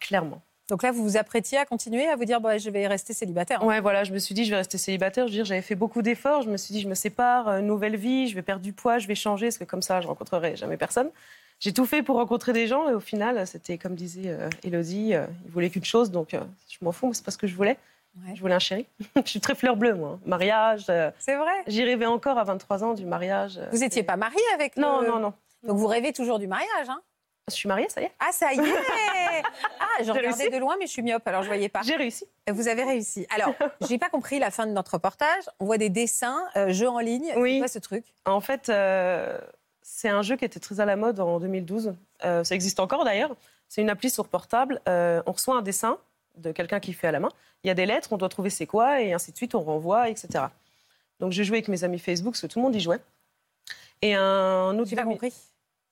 [SPEAKER 11] Clairement.
[SPEAKER 1] Donc là, vous vous apprêtiez à continuer à vous dire bah, je vais rester célibataire.
[SPEAKER 11] Ouais, voilà, je me suis dit, je vais rester célibataire. Je veux dire, j'avais fait beaucoup d'efforts. Je me suis dit, je me sépare, euh, nouvelle vie, je vais perdre du poids, je vais changer, parce que comme ça, je rencontrerai jamais personne. J'ai tout fait pour rencontrer des gens, et au final, c'était comme disait euh, Élodie, euh, il voulait qu'une chose, donc euh, je m'en fous, mais c'est pas ce que je voulais. Je voulais un chéri. [LAUGHS] je suis très fleur bleue, moi. hein. Mariage. euh,
[SPEAKER 1] c'est vrai.
[SPEAKER 11] J'y rêvais encore à 23 ans du mariage. euh,
[SPEAKER 1] Vous n'étiez pas mariée avec euh,
[SPEAKER 11] Non,
[SPEAKER 1] le-
[SPEAKER 11] non, non.
[SPEAKER 1] Donc vous rêvez toujours du mariage, hein
[SPEAKER 11] Je suis mariée, ça y est.
[SPEAKER 1] Ah, ça
[SPEAKER 11] [LAUGHS]
[SPEAKER 1] y est Ah, je
[SPEAKER 11] J'ai
[SPEAKER 1] regardais
[SPEAKER 11] réussi.
[SPEAKER 1] de loin, mais je suis myope, alors je voyais pas.
[SPEAKER 11] J'ai réussi.
[SPEAKER 1] Vous avez réussi.
[SPEAKER 11] [LAUGHS]
[SPEAKER 1] Alors, j'ai pas compris la fin de notre reportage. On voit des dessins, euh, jeux en ligne. Oui. ce truc
[SPEAKER 11] En fait, euh, c'est un jeu qui était très à la mode en 2012. Euh, ça existe encore d'ailleurs. C'est une appli sur portable. Euh, on reçoit un dessin de quelqu'un qui fait à la main. Il y a des lettres, on doit trouver c'est quoi, et ainsi de suite, on renvoie, etc. Donc j'ai joué avec mes amis Facebook, parce que tout le monde y jouait. Et un autre. J'ai pas
[SPEAKER 1] compris.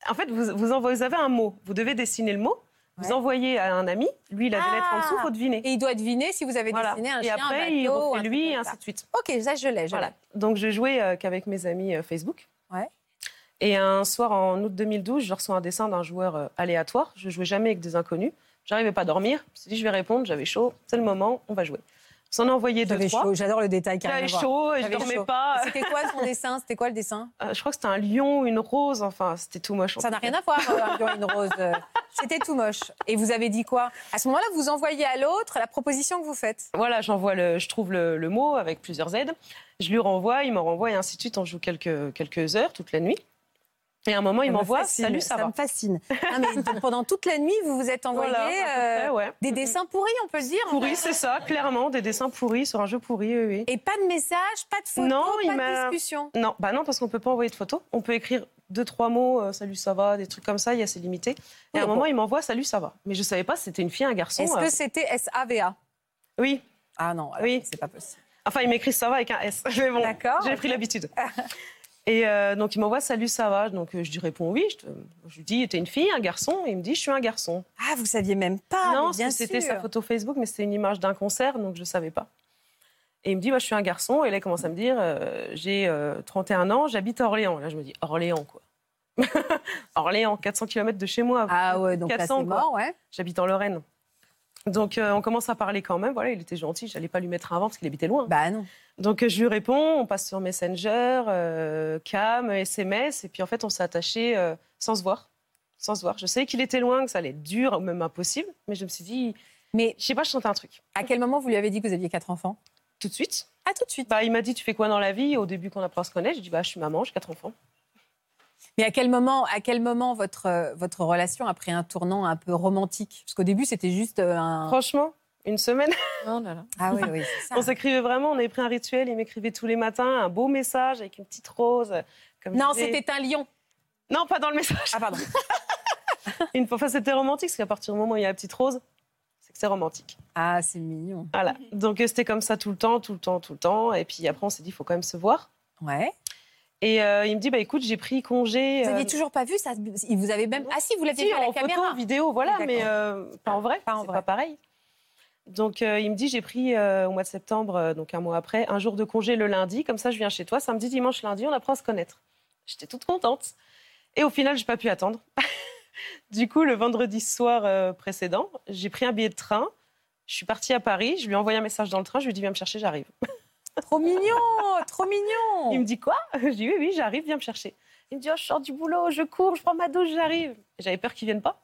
[SPEAKER 11] En fait, vous, vous, envoyez- vous avez un mot. Vous devez dessiner le mot. Vous envoyez à un ami. Lui, il a des lettres en dessous, il faut deviner.
[SPEAKER 1] Ah Et il doit deviner si vous avez dessiné un
[SPEAKER 11] et
[SPEAKER 1] chien, un
[SPEAKER 11] après, il
[SPEAKER 1] bateau,
[SPEAKER 11] refait
[SPEAKER 1] un truc
[SPEAKER 11] lui, et
[SPEAKER 1] comme
[SPEAKER 11] ainsi
[SPEAKER 1] ça.
[SPEAKER 11] de suite.
[SPEAKER 1] Ok, ça, je l'ai. je
[SPEAKER 11] Voilà. Donc, je jouais euh, qu'avec mes amis euh, Facebook.
[SPEAKER 1] Ouais.
[SPEAKER 11] Et un soir, en août 2012, je reçois un dessin d'un joueur euh, aléatoire. Je jouais jamais avec des inconnus. J'arrivais pas à dormir. Je me suis dit, je vais répondre, j'avais chaud, c'est le moment, on va jouer. On s'en a envoyé deux,
[SPEAKER 1] J'avais
[SPEAKER 11] trois.
[SPEAKER 1] chaud, j'adore le détail qui a
[SPEAKER 11] J'avais
[SPEAKER 1] rien à voir.
[SPEAKER 11] chaud et je
[SPEAKER 1] J'avais
[SPEAKER 11] dormais
[SPEAKER 1] chaud.
[SPEAKER 11] pas.
[SPEAKER 1] C'était quoi
[SPEAKER 11] [LAUGHS]
[SPEAKER 1] son dessin C'était quoi le dessin
[SPEAKER 11] Euh, je crois que c'était un lion, une rose, enfin, c'était tout moche. en
[SPEAKER 1] Ça n'a
[SPEAKER 11] fait.
[SPEAKER 1] rien à voir, euh, un lion et une rose.
[SPEAKER 11] [LAUGHS]
[SPEAKER 1] Euh, C'était tout moche. Et vous avez dit quoi À ce moment-là, vous envoyez à l'autre la proposition que vous faites.
[SPEAKER 11] Voilà, j'envoie le, je trouve le, le mot avec plusieurs Z. Je lui renvoie, il m'en renvoie et ainsi de suite. On joue quelques, quelques heures, toute la nuit. Et à un moment, il
[SPEAKER 1] me
[SPEAKER 11] m'envoie,
[SPEAKER 1] fascine,
[SPEAKER 11] salut, ça,
[SPEAKER 1] ça
[SPEAKER 11] va.
[SPEAKER 1] me fascine. Ah, mais donc, pendant toute la nuit, vous vous êtes envoyé
[SPEAKER 11] Voilà, à peu près,
[SPEAKER 1] euh,
[SPEAKER 11] ouais.
[SPEAKER 1] des dessins pourris, on peut le dire. en fait.
[SPEAKER 11] Pourri, c'est ça, clairement, des dessins pourris sur un jeu pourri, oui, oui.
[SPEAKER 1] Et pas de message, pas de photo, pas de
[SPEAKER 11] m'a-
[SPEAKER 1] discussion.
[SPEAKER 11] Non, bah non, parce qu'on peut pas envoyer de photos. On peut écrire deux, trois mots, euh, salut, ça va, des trucs comme ça, il y a c'est limité. Et à un
[SPEAKER 1] bon.
[SPEAKER 11] moment, il m'envoie, salut, ça va. Mais je savais pas si c'était une fille, un garçon.
[SPEAKER 1] Est-ce
[SPEAKER 11] euh,
[SPEAKER 1] que c'était SAVA
[SPEAKER 11] Oui.
[SPEAKER 1] Ah non,
[SPEAKER 11] oui.
[SPEAKER 1] c'est pas possible.
[SPEAKER 11] Enfin, il m'écrit ça va avec un S. [LAUGHS] Mais bon,
[SPEAKER 1] D'accord,
[SPEAKER 11] j'ai pris l'habitude. Et euh, donc, il m'envoie salut, ça va. Donc, euh, je lui réponds oui. Je, te- je lui dis, t'es une fille, un garçon Et il me dit, je suis un garçon.
[SPEAKER 1] Ah, vous saviez même
[SPEAKER 11] Non,
[SPEAKER 1] pas mais
[SPEAKER 11] parce que
[SPEAKER 1] bien
[SPEAKER 11] c'était
[SPEAKER 1] sûr.
[SPEAKER 11] sa photo Facebook, mais c'était une image d'un concert, donc je ne savais pas. Et il me dit, bah, je suis un garçon. Et là, il commence à me dire, euh, j'ai euh, 31 ans, j'habite à Orléans. Et là, je me dis, Orléans, quoi. [LAUGHS] Orléans, 400 km de chez moi.
[SPEAKER 1] Ah ouais, donc là, c'est mort, ouais.
[SPEAKER 11] J'habite en Lorraine. Donc, euh, on commence à parler quand même. Voilà, il était gentil, j'allais pas lui mettre un vent parce qu'il habitait loin.
[SPEAKER 1] Bah non.
[SPEAKER 11] Donc, euh, je lui réponds, on passe sur Messenger, euh, Cam, SMS. Et puis, en fait, on s'est attaché euh, sans se voir. Sans se voir. Je savais qu'il était loin, que ça allait être dur, même impossible. Mais je me suis dit,
[SPEAKER 1] mais
[SPEAKER 11] je sais pas, je sentais un truc.
[SPEAKER 1] À quel moment vous lui avez dit que vous aviez quatre enfants
[SPEAKER 11] Tout de suite.
[SPEAKER 1] Ah, tout de suite.
[SPEAKER 11] Bah, il m'a dit, tu fais quoi dans la vie Au début, qu'on apprend à se connaître, je dis, bah, je suis maman, j'ai quatre enfants.
[SPEAKER 1] [LAUGHS] Mais à quel moment, à quel moment votre, euh, votre relation a pris un tournant un peu romantique Parce qu'au début, c'était juste euh, un.
[SPEAKER 11] Franchement, une semaine. [LAUGHS]
[SPEAKER 1] Ah oui, oui, c'est ça.
[SPEAKER 11] On s'écrivait vraiment, on avait pris un rituel, il m'écrivait tous les matins un beau message avec une petite rose. Comme
[SPEAKER 1] Non,
[SPEAKER 11] je disais.
[SPEAKER 1] c'était un lion.
[SPEAKER 11] Non, pas dans le message.
[SPEAKER 1] Ah, pardon.
[SPEAKER 11] [LAUGHS] Une fois, enfin, c'était romantique, parce qu'à partir du moment où il y a la petite rose, c'est que c'est romantique.
[SPEAKER 1] Ah, c'est mignon.
[SPEAKER 11] Voilà. Donc, euh, c'était comme ça tout le temps, tout le temps, tout le temps. Et puis après, on s'est dit, il faut quand même se voir.
[SPEAKER 1] Ouais.
[SPEAKER 11] Et euh, il me dit, bah écoute, j'ai pris congé.
[SPEAKER 1] Vous
[SPEAKER 11] euh,
[SPEAKER 1] aviez toujours pas vu ça Il vous avait même. Ah si, vous l'aviez
[SPEAKER 11] Si,
[SPEAKER 1] vu à la
[SPEAKER 11] en photo,
[SPEAKER 1] caméra.
[SPEAKER 11] en vidéo, voilà,
[SPEAKER 1] D'accord.
[SPEAKER 11] mais euh, pas en vrai, c'est pas pareil. Donc euh, il me dit j'ai pris euh, au mois de septembre, euh, donc un mois après, un jour de congé le lundi, comme ça je viens chez toi, samedi, dimanche, lundi, on apprend à se connaître. J'étais toute contente. Et au final, j'ai pas pu attendre. [LAUGHS] du coup, le vendredi soir euh, précédent, j'ai pris un billet de train, je suis partie à Paris, je lui ai envoyé un message dans le train, je lui ai dit viens me chercher, j'arrive.
[SPEAKER 1] Trop mignon, trop mignon.
[SPEAKER 11] Il me dit quoi [LAUGHS] Je dis oui, oui, j'arrive, viens me chercher. Il me dit oh, je sors du boulot, je cours, je prends ma douche, j'arrive. J'avais peur qu'il vienne pas,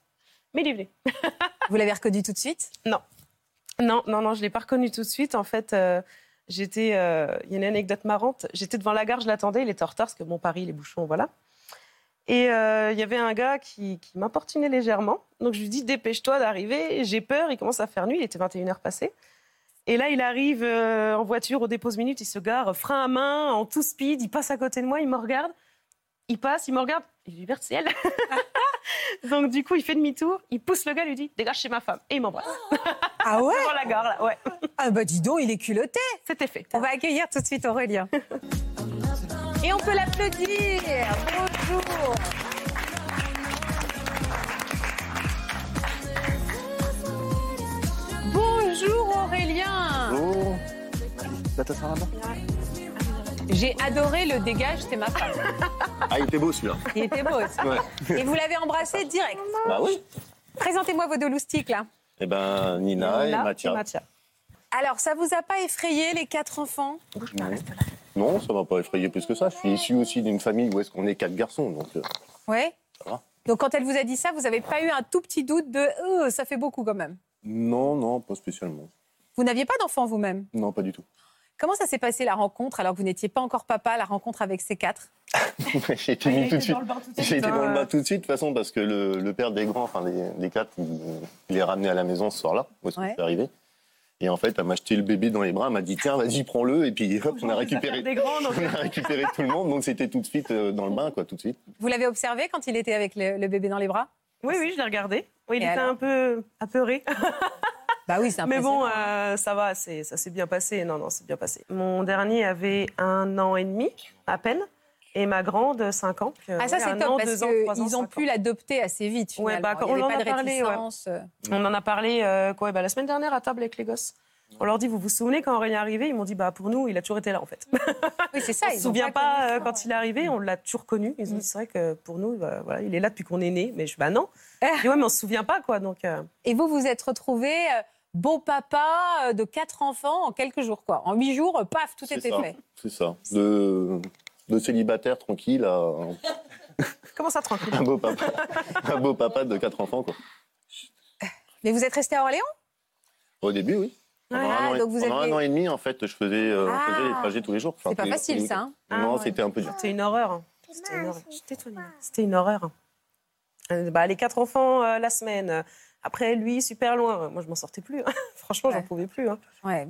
[SPEAKER 11] mais il est venu. [LAUGHS]
[SPEAKER 1] Vous l'avez reconnu tout de suite
[SPEAKER 11] Non. Non, non, non, je ne l'ai pas reconnu tout de suite. En fait, euh, j'étais. euh, Il y a une anecdote marrante. J'étais devant la gare, je l'attendais, il était en retard parce que bon, Paris, les bouchons, voilà. Et euh, il y avait un gars qui, qui m'importunait légèrement. Donc je lui dis dépêche-toi d'arriver, j'ai peur, il commence à faire nuit, il était 21h passé. Et là, il arrive euh, en voiture au dépose minute, il se gare, euh, frein à main, en tout speed, il passe à côté de moi, il me regarde, il passe, il me regarde, il lui verse ciel. [LAUGHS] Donc du coup, il fait demi-tour, il pousse le gars, lui dit dégage chez ma femme, et il m'embrasse. [LAUGHS]
[SPEAKER 1] Ah ouais
[SPEAKER 11] Devant la gare, là, ouais.
[SPEAKER 1] Ah bah dis donc, il est culotté.
[SPEAKER 11] C'était fait.
[SPEAKER 1] On va accueillir tout de suite Aurélien. Et on peut l'applaudir. Bonjour. Bonjour Aurélien.
[SPEAKER 4] Oh Là, t'as ça là-bas
[SPEAKER 1] J'ai adoré le dégage, c'était ma femme.
[SPEAKER 4] Ah, il était beau celui-là.
[SPEAKER 1] Il était beau. aussi.
[SPEAKER 4] Ouais.
[SPEAKER 1] Et vous l'avez embrassé direct.
[SPEAKER 4] Bah oui.
[SPEAKER 1] Présentez-moi vos deux loustiques là.
[SPEAKER 4] Eh ben, Nina, et Mathia.
[SPEAKER 1] Alors, ça vous a pas effrayé les quatre enfants
[SPEAKER 4] Non. Non, ça m'a pas effrayé plus que ça. Je suis issu aussi d'une famille où est-ce qu'on est quatre garçons, donc euh,
[SPEAKER 1] Ouais.
[SPEAKER 4] ça va.
[SPEAKER 1] Donc quand elle vous a dit ça, vous n'avez pas eu un tout petit doute de Euh, ça fait beaucoup quand même.
[SPEAKER 4] Non, non, pas spécialement.
[SPEAKER 1] Vous n'aviez pas d'enfant vous-même.
[SPEAKER 4] Non, pas du tout.
[SPEAKER 1] Comment ça s'est passé la rencontre alors que vous n'étiez pas encore papa, la rencontre avec ces quatre
[SPEAKER 4] [LAUGHS]
[SPEAKER 11] Ah,
[SPEAKER 4] J'ai été mis tout de suite.
[SPEAKER 11] le bain tout de suite,
[SPEAKER 4] J'ai été
[SPEAKER 11] hein.
[SPEAKER 4] dans le bain tout de suite, de toute façon, parce que le, le père des grands, enfin les, les quatre, il, il les ramenait à la maison ce soir-là, où est-ce qu'on
[SPEAKER 11] Ouais.
[SPEAKER 4] est arrivé. Et en fait, elle m'a jeté le bébé dans les bras, elle m'a dit tiens, vas-y, prends-le. Et puis hop, on a récupéré,
[SPEAKER 11] des grands, donc.
[SPEAKER 4] [LAUGHS] on a récupéré tout le monde. Donc c'était tout de suite euh, dans le bain, quoi, tout de suite.
[SPEAKER 1] Vous l'avez observé quand il était avec le, le bébé dans les bras
[SPEAKER 11] Oui, oui, je l'ai regardé. Oui, il
[SPEAKER 1] Et
[SPEAKER 11] était
[SPEAKER 1] alors
[SPEAKER 11] un peu apeuré.
[SPEAKER 1] Bah oui, c'est
[SPEAKER 11] Mais
[SPEAKER 1] impressionnant.
[SPEAKER 11] bon, euh, ça va, c'est- ça s'est bien passé. Non, non, c'est bien passé. Mon dernier avait un an et demi, à peine. Et ma grande, 5 ans.
[SPEAKER 1] Ah ça c'est top parce qu'ils ont pu l'adopter assez vite
[SPEAKER 11] Ouais,
[SPEAKER 1] finalement.
[SPEAKER 11] bah, quand
[SPEAKER 1] Il n'y
[SPEAKER 11] on
[SPEAKER 1] avait
[SPEAKER 11] en
[SPEAKER 1] pas
[SPEAKER 11] a
[SPEAKER 1] de
[SPEAKER 11] parlé, ouais.
[SPEAKER 1] réticence. euh.
[SPEAKER 11] On en a parlé euh, quoi, bah, la semaine dernière à table avec les gosses. On leur dit, vous vous souvenez quand Aurélien est arrivé Ils m'ont dit, bah, pour nous, il a toujours été là en fait. [LAUGHS]
[SPEAKER 1] Oui, c'est ça.
[SPEAKER 11] on ne
[SPEAKER 1] ils
[SPEAKER 11] se
[SPEAKER 1] ont
[SPEAKER 11] souvient
[SPEAKER 1] pas
[SPEAKER 11] pas euh, quand il est arrivé, on l'a toujours connu. Ils ont dit, c'est vrai que pour nous, bah, voilà, il est là depuis qu'on est né. Mais je bah non. Je dis, ouais, mais on se souvient pas quoi. Donc, euh,
[SPEAKER 1] Et vous, vous êtes retrouvé euh, beau papa euh, de quatre enfants en quelques jours, quoi. En huit jours, euh, paf, tout était
[SPEAKER 4] ça.
[SPEAKER 1] fait.
[SPEAKER 4] C'est ça. De, de célibataire tranquille à un-
[SPEAKER 11] Comment ça, tranquille
[SPEAKER 4] un
[SPEAKER 11] [LAUGHS]
[SPEAKER 4] beau papa, un beau papa de quatre enfants, quoi.
[SPEAKER 1] Mais vous êtes resté à Orléans
[SPEAKER 4] Au début, oui. Pendant,
[SPEAKER 1] Ah,
[SPEAKER 4] un, an et,
[SPEAKER 1] donc vous
[SPEAKER 4] pendant
[SPEAKER 1] aviez-
[SPEAKER 4] un an et demi, en fait, je faisais, euh, on faisait les trajets tous les jours.
[SPEAKER 11] Ah.
[SPEAKER 4] Enfin,
[SPEAKER 11] C'est pas
[SPEAKER 4] tous les-
[SPEAKER 11] facile,
[SPEAKER 4] tous les
[SPEAKER 11] ça,
[SPEAKER 4] week-ends.
[SPEAKER 11] hein
[SPEAKER 4] Non,
[SPEAKER 11] Ah, ouais.
[SPEAKER 4] c'était un peu dur.
[SPEAKER 11] C'était une horreur. C'était une horreur. J'étais étonnée. C'était une horreur. Euh, bah, les quatre enfants euh, la semaine. Après, lui, super loin. Moi, je m'en sortais plus. hein. [LAUGHS] Franchement, j'en pouvais plus. hein.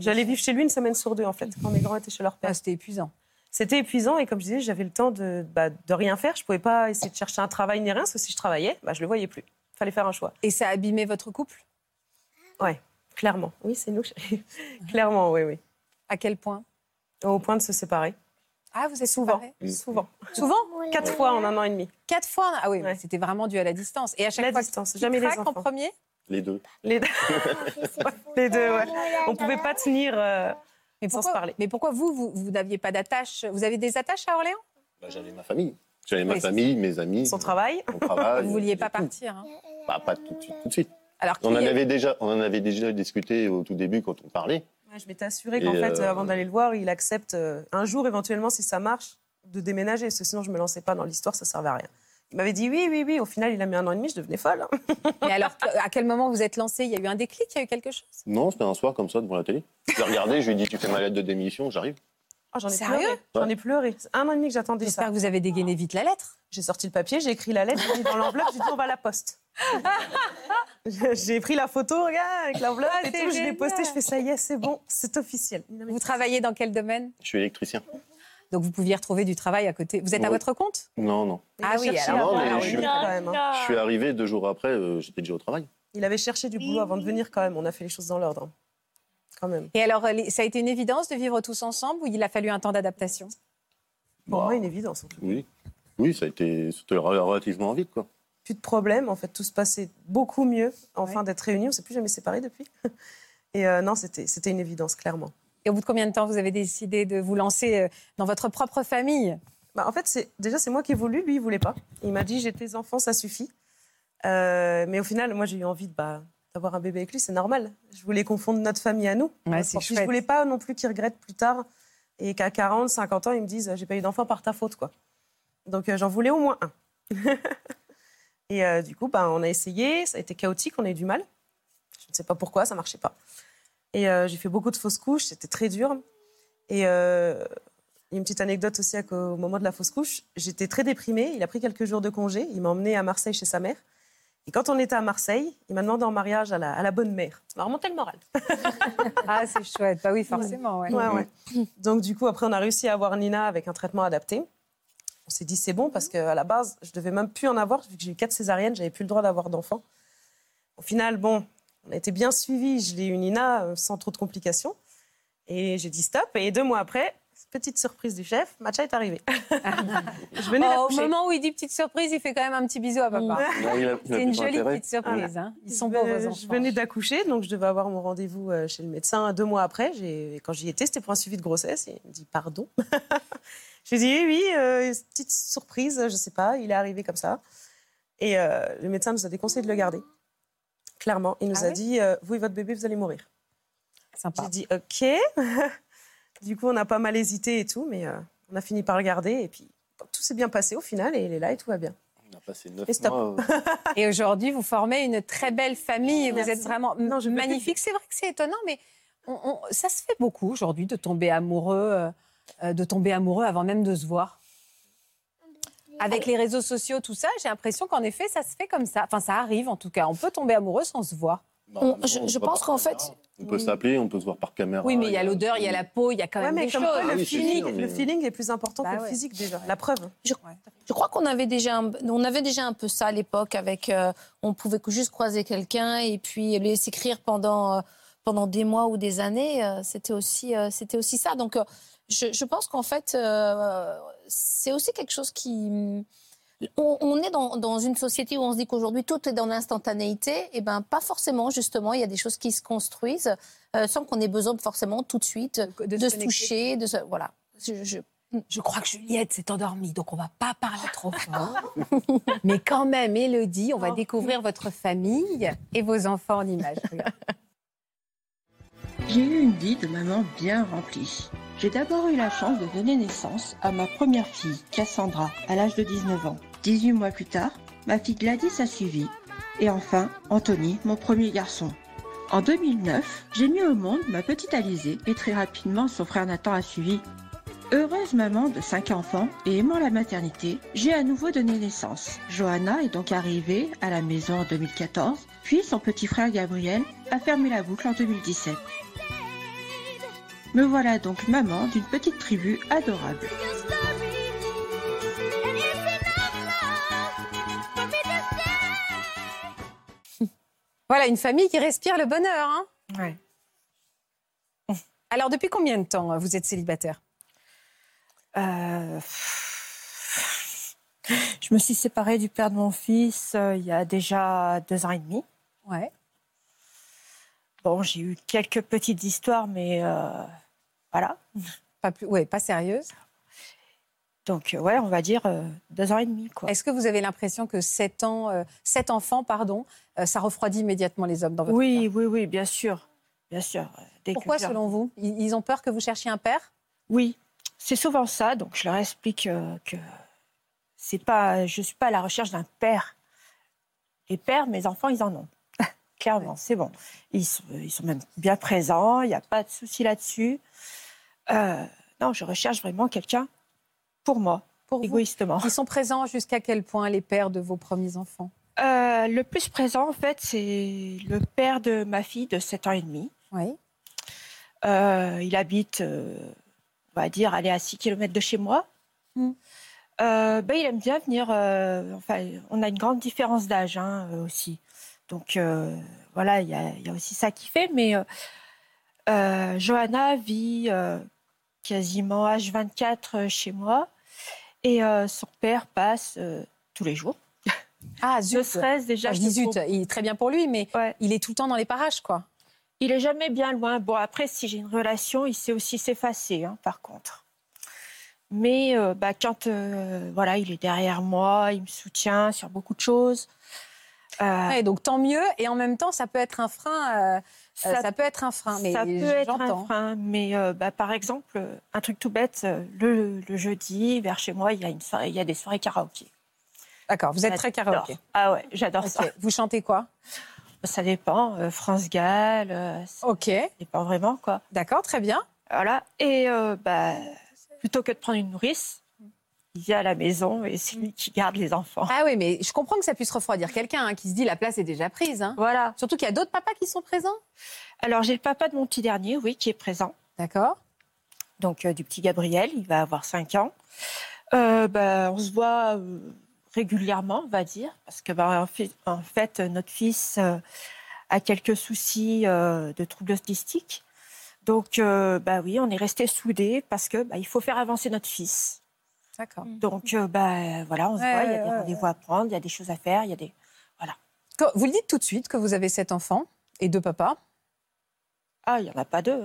[SPEAKER 11] J'allais vivre chez lui une semaine sur deux, en fait, quand mes grands étaient chez leur père.
[SPEAKER 1] Ah, C'était épuisant.
[SPEAKER 11] C'était épuisant. Et comme je disais, j'avais le temps de, bah, de rien faire. Je pouvais pas essayer de chercher un travail ni rien, parce que si je travaillais, bah, je le voyais plus. fallait faire un choix.
[SPEAKER 1] Et ça a abîmé votre couple
[SPEAKER 11] Ouais, clairement. Oui, c'est nous. [LAUGHS] chérie. clairement, oui, oui.
[SPEAKER 1] À quel point
[SPEAKER 11] Au point de se séparer.
[SPEAKER 1] Ah, vous êtes souvent.
[SPEAKER 11] Souvent.
[SPEAKER 1] Souvent
[SPEAKER 11] Quatre fois en un an et demi.
[SPEAKER 1] Quatre fois en un- Ah oui, mais c'était vraiment dû à la distance. Et à chaque fois,
[SPEAKER 11] distance,
[SPEAKER 1] qui
[SPEAKER 11] jamais les
[SPEAKER 1] craque en
[SPEAKER 11] enfants.
[SPEAKER 1] premier
[SPEAKER 4] Les deux.
[SPEAKER 11] Les deux. Les deux, ouais. On pouvait pas tenir euh, [LAUGHS]
[SPEAKER 1] mais
[SPEAKER 11] sans
[SPEAKER 1] pourquoi,
[SPEAKER 11] se parler.
[SPEAKER 1] Mais pourquoi vous, vous, vous n'aviez pas d'attache Vous avez des attaches à Orléans
[SPEAKER 4] Bah, J'avais ma famille. J'avais
[SPEAKER 1] Oui,
[SPEAKER 4] ma
[SPEAKER 1] c'est
[SPEAKER 4] famille, mes amis. Son
[SPEAKER 11] travail.
[SPEAKER 4] Mon travail.
[SPEAKER 1] Vous ne vouliez pas partir. hein.
[SPEAKER 4] Bah, pas tout de suite. Tout de suite.
[SPEAKER 1] Alors,
[SPEAKER 4] on, en
[SPEAKER 1] qui-
[SPEAKER 4] avait déjà, on en avait déjà discuté au tout début quand on parlait.
[SPEAKER 11] Ouais, je m'étais assurée
[SPEAKER 4] Et,
[SPEAKER 11] qu'en fait,
[SPEAKER 4] euh,
[SPEAKER 11] euh, avant d'aller le voir, il accepte euh, un jour, éventuellement, si ça marche, de déménager. Parce que sinon, je me lançais pas dans l'histoire, ça servait à rien. Il m'avait dit oui, oui, oui. Au final, il a mis un an et demi, je devenais folle. [LAUGHS]
[SPEAKER 1] Mais alors, que- à quel moment vous êtes lancé Il y a eu un déclic Il y a eu quelque chose
[SPEAKER 4] Non, c'était un soir comme ça devant la télé. Je l'ai regardé, je lui ai dit Tu fais ma lettre de démission, j'arrive.
[SPEAKER 11] Oh, j'en ai
[SPEAKER 1] Sérieux
[SPEAKER 11] pleuré. J'en ai pleuré. C'est Un an et demi que j'attendais ça. J'espère
[SPEAKER 1] que vous avez dégainé vite la lettre.
[SPEAKER 11] J'ai sorti le papier, j'ai écrit la lettre, j'ai mis dans l'enveloppe, j'ai dit on va à la
[SPEAKER 1] [LAUGHS]
[SPEAKER 11] poste. j'ai pris la photo, regarde, avec l'enveloppe
[SPEAKER 1] Ah,
[SPEAKER 11] et
[SPEAKER 1] c'est
[SPEAKER 11] tout. Je l'ai
[SPEAKER 1] génial.
[SPEAKER 11] postée, je fais ça y est, c'est bon, c'est officiel.
[SPEAKER 1] Vous travaillez dans quel domaine
[SPEAKER 4] Je suis électricien.
[SPEAKER 1] Donc vous pouviez retrouver du travail à côté. Vous êtes à
[SPEAKER 4] Oui.
[SPEAKER 1] votre compte
[SPEAKER 4] Non, non.
[SPEAKER 1] Ah oui,
[SPEAKER 11] cherché
[SPEAKER 1] alors.
[SPEAKER 4] Non,
[SPEAKER 11] Ah,
[SPEAKER 4] mais
[SPEAKER 11] oui,
[SPEAKER 4] je, suis,
[SPEAKER 11] non, quand même,
[SPEAKER 1] Ah.
[SPEAKER 11] hein.
[SPEAKER 4] je suis arrivé deux jours après, euh, j'étais déjà au travail.
[SPEAKER 11] Il avait cherché du boulot avant de venir quand même. On a fait les choses dans l'ordre. hein. Quand même.
[SPEAKER 1] Et alors, euh, les- ça a été une évidence de vivre tous ensemble ou il a fallu un temps d'adaptation
[SPEAKER 11] Pour moi, une évidence. en fait.
[SPEAKER 4] Oui. Oui, ça a été c'était rel- relativement vite, quoi.
[SPEAKER 11] Plus de problème. En fait, tout se passait beaucoup mieux. Enfin, d'être réunis, on s'est plus jamais séparés depuis. [LAUGHS] Et euh, non, c'était c'était une évidence, clairement.
[SPEAKER 1] Et au bout de combien de temps vous avez décidé de vous lancer euh, dans votre propre famille
[SPEAKER 11] Bah, en fait, c'est déjà c'est moi qui ai voulu, lui il voulait pas. Il m'a dit j'ai tes enfants, ça suffit. Euh, mais au final, moi j'ai eu envie de bah, d'avoir un bébé avec lui, c'est normal. Je voulais confondre notre famille à nous.
[SPEAKER 1] Ouais,
[SPEAKER 11] Parce
[SPEAKER 1] c'est
[SPEAKER 11] que je
[SPEAKER 1] chouette.
[SPEAKER 11] voulais pas non plus qu'il regrette plus tard et qu'à 40, 50 ans ils me disent euh, j'ai pas eu d'enfant par ta faute quoi. Donc euh, j'en voulais au moins un. et euh, du coup, bah, on a essayé, ça a été chaotique, on a eu du mal. Je ne sais pas pourquoi, ça marchait pas. Et euh, j'ai fait beaucoup de fausses couches, c'était très dur. Et euh, il y a une petite anecdote aussi à qu'au moment de la fausse couche, j'étais très déprimée. Il a pris quelques jours de congé. Il m'a emmenée à Marseille chez sa mère. Et quand on était à Marseille, il m'a demandé en mariage à la, à la bonne mère. Ça m'a remonté le moral.
[SPEAKER 1] [LAUGHS] Ah, c'est chouette. Bah oui, forcément. Ouais. Mm.
[SPEAKER 11] Ouais, ouais. Donc du coup, après, on a réussi à avoir Nina avec un traitement adapté. On s'est dit c'est bon parce qu'à la base, je devais même plus en avoir vu que j'ai eu quatre césariennes, j'avais plus le droit d'avoir d'enfants. Au final, bon, on a été bien suivis. Je l'ai eu Nina euh, sans trop de complications. Et j'ai dit stop. Et deux mois après, petite surprise du chef, Matcha est arrivé. je venais
[SPEAKER 1] Oh, au
[SPEAKER 11] d'accoucher.
[SPEAKER 1] moment où il dit petite surprise, il fait quand même un petit bisou à papa.
[SPEAKER 4] Non, il a- il a
[SPEAKER 1] C'est une
[SPEAKER 4] plutôt
[SPEAKER 1] jolie
[SPEAKER 4] intérêt.
[SPEAKER 1] petite surprise.
[SPEAKER 11] Voilà.
[SPEAKER 1] hein. Ils sont
[SPEAKER 11] Je
[SPEAKER 1] beaux,
[SPEAKER 11] venais-
[SPEAKER 1] vos
[SPEAKER 11] Je
[SPEAKER 1] enfants.
[SPEAKER 11] venais d'accoucher, donc je devais avoir mon rendez-vous euh, chez le médecin deux mois après. J'ai- et Quand j'y étais, c'était pour un suivi de grossesse. Et il me dit pardon. [LAUGHS] je lui ai dit Eh oui, euh, petite surprise, je sais pas, il est arrivé comme ça. Et euh, le médecin nous a déconseillé de le garder. Clairement, il nous
[SPEAKER 1] Ah
[SPEAKER 11] a
[SPEAKER 1] oui
[SPEAKER 11] dit euh, vous et votre bébé, vous allez mourir.
[SPEAKER 1] Sympa.
[SPEAKER 11] J'ai dit ok. [LAUGHS] du coup, on a pas mal hésité et tout, mais euh, on a fini par le garder. Et puis tout s'est bien passé au final, et il est là et tout va bien.
[SPEAKER 4] On a passé neuf
[SPEAKER 11] Et stop.
[SPEAKER 4] mois. euh,
[SPEAKER 1] Et aujourd'hui, vous formez une très belle famille. Vous
[SPEAKER 11] Merci.
[SPEAKER 1] êtes vraiment magnifique. C'est vrai que c'est étonnant, mais on- on- ça se fait beaucoup aujourd'hui de tomber amoureux, euh, euh, de tomber amoureux avant même de se voir. Avec les réseaux sociaux, tout ça, j'ai l'impression qu'en effet, ça se fait comme ça. Enfin, ça arrive en tout cas. On peut tomber amoureux sans se voir.
[SPEAKER 4] On- je- je pense
[SPEAKER 1] qu'en fait.
[SPEAKER 4] On peut s'appeler, on peut se voir par caméra.
[SPEAKER 1] Oui, mais il y a l'odeur, il y a la peau, il y a quand
[SPEAKER 11] Ouais,
[SPEAKER 1] même
[SPEAKER 11] mais
[SPEAKER 1] des
[SPEAKER 11] comme
[SPEAKER 1] choses.
[SPEAKER 11] quoi,
[SPEAKER 4] Ah
[SPEAKER 11] le,
[SPEAKER 4] oui, c'est
[SPEAKER 11] feeling,
[SPEAKER 4] sûr, mais-
[SPEAKER 11] le feeling est plus important
[SPEAKER 7] Bah
[SPEAKER 11] que le
[SPEAKER 7] ouais.
[SPEAKER 11] physique déjà, la preuve.
[SPEAKER 7] Je, je crois qu'on avait déjà un, on avait déjà un peu ça à l'époque avec euh, on pouvait que juste croiser quelqu'un et puis lui s'écrire pendant euh, pendant des mois ou des années euh, c'était aussi euh, c'était aussi ça donc euh, je, je pense qu'en fait euh, c'est aussi quelque chose qui on, on est dans, dans une société où on se dit qu'aujourd'hui tout est dans l'instantanéité. Et ben pas forcément justement. Il y a des choses qui se construisent euh, sans qu'on ait besoin forcément tout de suite de, se
[SPEAKER 1] connecter.
[SPEAKER 7] toucher, de se, voilà. Je,
[SPEAKER 1] Je crois que Juliette s'est endormie, donc on va pas parler trop fort. Mais quand même, Elodie, on
[SPEAKER 11] Oh.
[SPEAKER 1] va découvrir votre famille et vos enfants
[SPEAKER 11] [LAUGHS]
[SPEAKER 1] en images. Regarde.
[SPEAKER 15] J'ai eu une vie de maman bien remplie. J'ai d'abord eu la chance de donner naissance à ma première fille, Cassandra, à l'âge de 19 ans. 18 mois plus tard, ma fille Gladys a suivi. Et enfin, Anthony, mon premier garçon. En 2009, j'ai mis au monde ma petite Alizée et très rapidement, son frère Nathan a suivi. Heureuse maman de 5 enfants et aimant la maternité, j'ai à nouveau donné naissance. Johanna est donc arrivée à la maison en 2014, puis son petit frère Gabriel a fermé la boucle en 2017. Me voilà donc maman d'une petite tribu adorable.
[SPEAKER 1] Voilà, une famille qui respire le bonheur. Hein Alors, depuis combien de temps euh, vous êtes célibataire
[SPEAKER 2] Euh,
[SPEAKER 13] Je me suis séparée du père de mon fils euh, il y a déjà deux ans et demi.
[SPEAKER 1] Ouais.
[SPEAKER 13] Bon, j'ai eu quelques petites histoires, mais euh, voilà.
[SPEAKER 1] Pas plus, ouais, pas sérieuse.
[SPEAKER 13] Donc, euh, ouais, on va dire euh, deux ans et demi, quoi.
[SPEAKER 1] Est-ce que vous avez l'impression que 7 ans, euh, sept enfants, pardon, euh, ça refroidit immédiatement les hommes dans votre
[SPEAKER 13] Oui, oui, oui, bien sûr, bien sûr. Dès que
[SPEAKER 1] Pourquoi,
[SPEAKER 13] je leur-
[SPEAKER 1] selon vous Ils ils ont peur que vous cherchiez un père
[SPEAKER 13] Oui, c'est souvent ça. Donc je leur explique euh, que c'est pas, je suis pas à la recherche d'un père. Les pères, mes enfants, ils en ont. [LAUGHS] Clairement, c'est bon. Ils sont, euh, ils sont même bien présents. Il n'y a pas de souci là-dessus. Euh, non, je recherche vraiment quelqu'un pour moi, égoïstement.
[SPEAKER 1] Ils sont présents jusqu'à quel point les pères de vos premiers enfants
[SPEAKER 13] Euh, le plus présent, en fait, c'est le père de ma fille de 7 ans et demi.
[SPEAKER 1] Oui.
[SPEAKER 13] il habite, euh, on va dire, aller à 6 km de chez moi. Euh, ben, il aime bien venir. euh, enfin, on a une grande différence d'âge hein, euh, aussi. Donc, euh, voilà, il y, a- il y a aussi ça qui fait. Mais euh, euh, Johanna vit euh, quasiment H24 chez moi. Et euh, son père passe euh, tous les jours.
[SPEAKER 1] Ah,
[SPEAKER 13] zut. Ne serait-ce déjà
[SPEAKER 1] Ah, je
[SPEAKER 13] que
[SPEAKER 1] dis zut,
[SPEAKER 13] pour-
[SPEAKER 1] il est très bien pour lui, mais il est tout le temps dans les parages, quoi.
[SPEAKER 13] Il est jamais bien loin. Bon, après, si j'ai une relation, il sait aussi s'effacer, hein, par contre. Mais euh, bah, quand euh, voilà, il est derrière moi, il me soutient sur beaucoup de choses. Euh,
[SPEAKER 1] Ouais, donc tant mieux, et en même temps, ça peut être un frein. euh, euh, ça, peut être un frein, mais
[SPEAKER 13] ça peut être un
[SPEAKER 1] j'entends.
[SPEAKER 13] frein, mais euh, bah, par exemple, euh, un truc tout bête, euh, le, le jeudi, vers chez moi, il y a, une soirée- il y a des soirées karaoké.
[SPEAKER 1] D'accord, vous êtes très
[SPEAKER 13] J'adore.
[SPEAKER 1] karaoké.
[SPEAKER 13] Ah ouais, j'adore ça.
[SPEAKER 1] Vous chantez quoi
[SPEAKER 13] Ça dépend, euh, France Gall. euh, ça,
[SPEAKER 1] ok. Ça
[SPEAKER 13] dépend vraiment, quoi.
[SPEAKER 1] D'accord, très bien.
[SPEAKER 13] Voilà, et euh, bah, plutôt que de prendre une nourrice, il vient à la maison et c'est lui qui garde les enfants.
[SPEAKER 1] Ah oui, mais je comprends que ça puisse refroidir quelqu'un hein, qui se dit la place est déjà prise. hein.
[SPEAKER 13] Voilà.
[SPEAKER 1] Surtout qu'il y a d'autres papas qui sont présents.
[SPEAKER 13] Alors, j'ai le papa de mon petit dernier, oui, qui est présent.
[SPEAKER 1] D'accord.
[SPEAKER 13] Donc, euh, du petit Gabriel, il va avoir 5 ans. Euh, bah, on se voit euh, régulièrement, on va dire, parce que, bah, en, fait, en fait, euh, notre fils euh, a quelques soucis euh, de troubles autistiques. Donc, euh, bah oui, on est resté soudés parce que bah, il faut faire avancer notre fils.
[SPEAKER 1] D'accord.
[SPEAKER 13] Donc, euh, bah, voilà, on se
[SPEAKER 1] Ouais,
[SPEAKER 13] voit, il y a des
[SPEAKER 1] ouais, ouais,
[SPEAKER 13] rendez-vous à prendre, il y a des choses à faire, il y a des.
[SPEAKER 1] Quand- Vous le dites tout de suite que vous avez sept enfants et deux papas.
[SPEAKER 13] Ah, il n'y en a pas deux.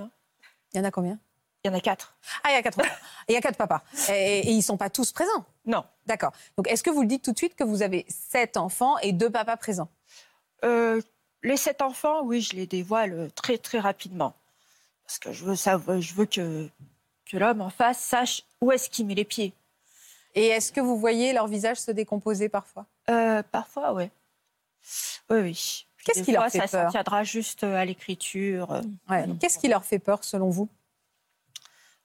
[SPEAKER 1] Il y en a combien
[SPEAKER 13] Il y en a quatre.
[SPEAKER 1] Ah, il y a quatre. Et il y a
[SPEAKER 13] [LAUGHS]
[SPEAKER 1] quatre papas. Et, et ils ne sont pas tous présents
[SPEAKER 13] Non.
[SPEAKER 1] D'accord. Donc, est-ce que vous le dites tout de suite que vous avez sept enfants et deux papas présents
[SPEAKER 13] Euh, les sept enfants, oui, je les dévoile euh, très très rapidement. Parce que je veux, savoir, je veux que, que l'homme en face sache où est-ce qu'il met les pieds.
[SPEAKER 1] Et est-ce que vous voyez leur visage se décomposer parfois
[SPEAKER 13] Euh, parfois, ouais. Oui, oui. Puis
[SPEAKER 1] Qu'est-ce
[SPEAKER 13] des
[SPEAKER 1] qui leur
[SPEAKER 13] fois, ça
[SPEAKER 1] fait peur
[SPEAKER 13] s'en tiendra juste euh, à l'écriture. euh,
[SPEAKER 1] Ouais. Qu'est-ce qui leur fait peur selon vous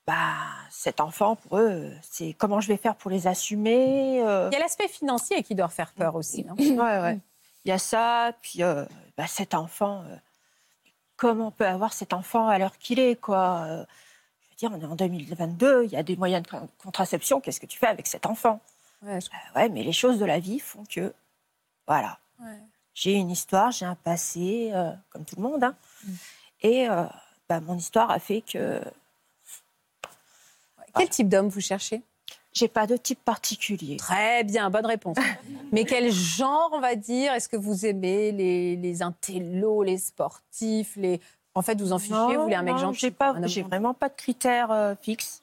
[SPEAKER 13] bah, cet enfant, pour eux, c'est comment je vais faire pour les assumer. euh.
[SPEAKER 1] Il y a l'aspect financier qui doit faire peur aussi. Non
[SPEAKER 13] ouais, ouais. Il y a ça, puis euh, bah, cet enfant, euh, comment on peut avoir cet enfant à l'heure qu'il est, quoi Euh, Je veux dire, on est en 2022, il y a des moyens de con- contraception, qu'est-ce que tu fais avec cet enfant Bah,
[SPEAKER 1] ouais,
[SPEAKER 13] ouais, mais les choses de la vie font que, voilà, j'ai une histoire, j'ai un passé, euh, comme tout le monde. hein.
[SPEAKER 1] Mm.
[SPEAKER 13] Et euh, bah, mon histoire a fait que.
[SPEAKER 1] Quel type d'homme vous cherchez
[SPEAKER 13] J'ai pas de type particulier.
[SPEAKER 1] Très bien,
[SPEAKER 13] [LAUGHS]
[SPEAKER 1] bonne réponse. Mais quel genre, on va dire Est-ce que vous aimez les, les intellos, les sportifs les... En fait, vous en fichez, vous voulez un mec
[SPEAKER 13] non,
[SPEAKER 1] gentil
[SPEAKER 13] J'ai pas, j'ai vraiment pas de critères euh, fixes.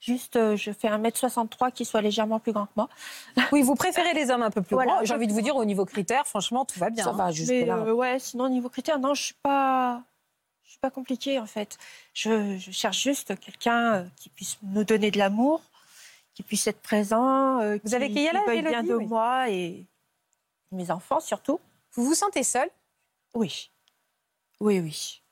[SPEAKER 13] Juste, euh, je fais 1m63 qui soit légèrement plus grand que moi.
[SPEAKER 1] [LAUGHS] Oui, vous préférez les hommes un peu plus
[SPEAKER 13] Voilà,
[SPEAKER 1] grands. J'ai envie de vous dire, au niveau critères, franchement, tout va bien. hein.
[SPEAKER 13] Ça va
[SPEAKER 1] juste
[SPEAKER 13] Mais, euh, ouais, sinon niveau critères, non, je suis pas, je suis pas compliquée en fait. Je, je cherche juste quelqu'un euh, qui puisse me donner de l'amour, qui puisse être présent, euh,
[SPEAKER 1] Vous
[SPEAKER 13] qui,
[SPEAKER 1] avez quel
[SPEAKER 13] qui
[SPEAKER 1] âge,
[SPEAKER 13] veuille bien
[SPEAKER 1] Élodie,
[SPEAKER 13] de
[SPEAKER 1] oui
[SPEAKER 13] moi et mes enfants surtout.
[SPEAKER 1] Vous vous sentez seule
[SPEAKER 13] Oui. Oui, oui.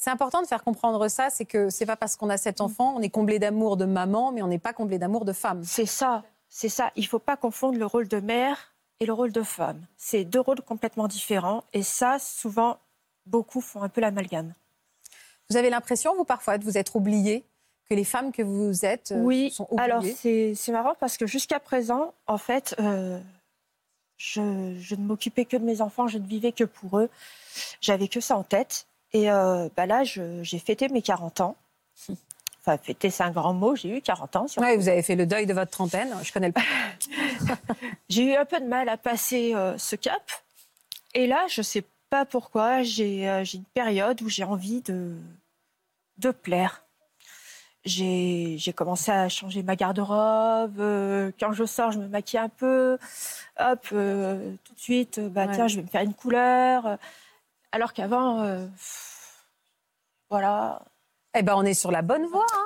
[SPEAKER 1] C'est important de faire comprendre ça, c'est que c'est pas parce qu'on a
[SPEAKER 13] Mm.
[SPEAKER 1] cet enfant, on est comblé d'amour de maman, mais on n'est pas comblé d'amour de femme.
[SPEAKER 13] C'est ça, c'est ça. Il faut pas confondre le rôle de mère et le rôle de femme. C'est deux rôles complètement différents et ça, souvent, beaucoup font un peu l'amalgame.
[SPEAKER 1] Vous avez l'impression, vous, parfois, de vous être oubliée, que les femmes que vous êtes euh,
[SPEAKER 13] Oui,
[SPEAKER 1] sont oubliées
[SPEAKER 13] alors c'est c'est marrant parce que jusqu'à présent, en fait, euh, je, je ne m'occupais que de mes enfants, je ne vivais que pour eux. J'avais que ça en tête. Et euh, bah là, je- j'ai fêté mes 40
[SPEAKER 1] [LAUGHS]
[SPEAKER 13] ans. Enfin, fêter, c'est un grand mot, j'ai eu 40 ans. surtout.
[SPEAKER 1] Ouais, vous avez fait le deuil de votre trentaine, je connais le
[SPEAKER 13] [LAUGHS] J'ai eu un peu de mal à passer euh, ce cap. Et là, je ne sais pas pourquoi, j'ai euh, j'ai une période où j'ai envie de, de plaire. J'ai j'ai commencé à changer ma garde-robe. euh, quand je sors, je me maquille un peu. Hop, euh, tout de suite, euh, bah,
[SPEAKER 1] Ouais.
[SPEAKER 13] tiens, je vais me faire une couleur. Alors qu'avant, euh, pff, voilà.
[SPEAKER 1] Eh ben, on est sur la bonne voie. hein.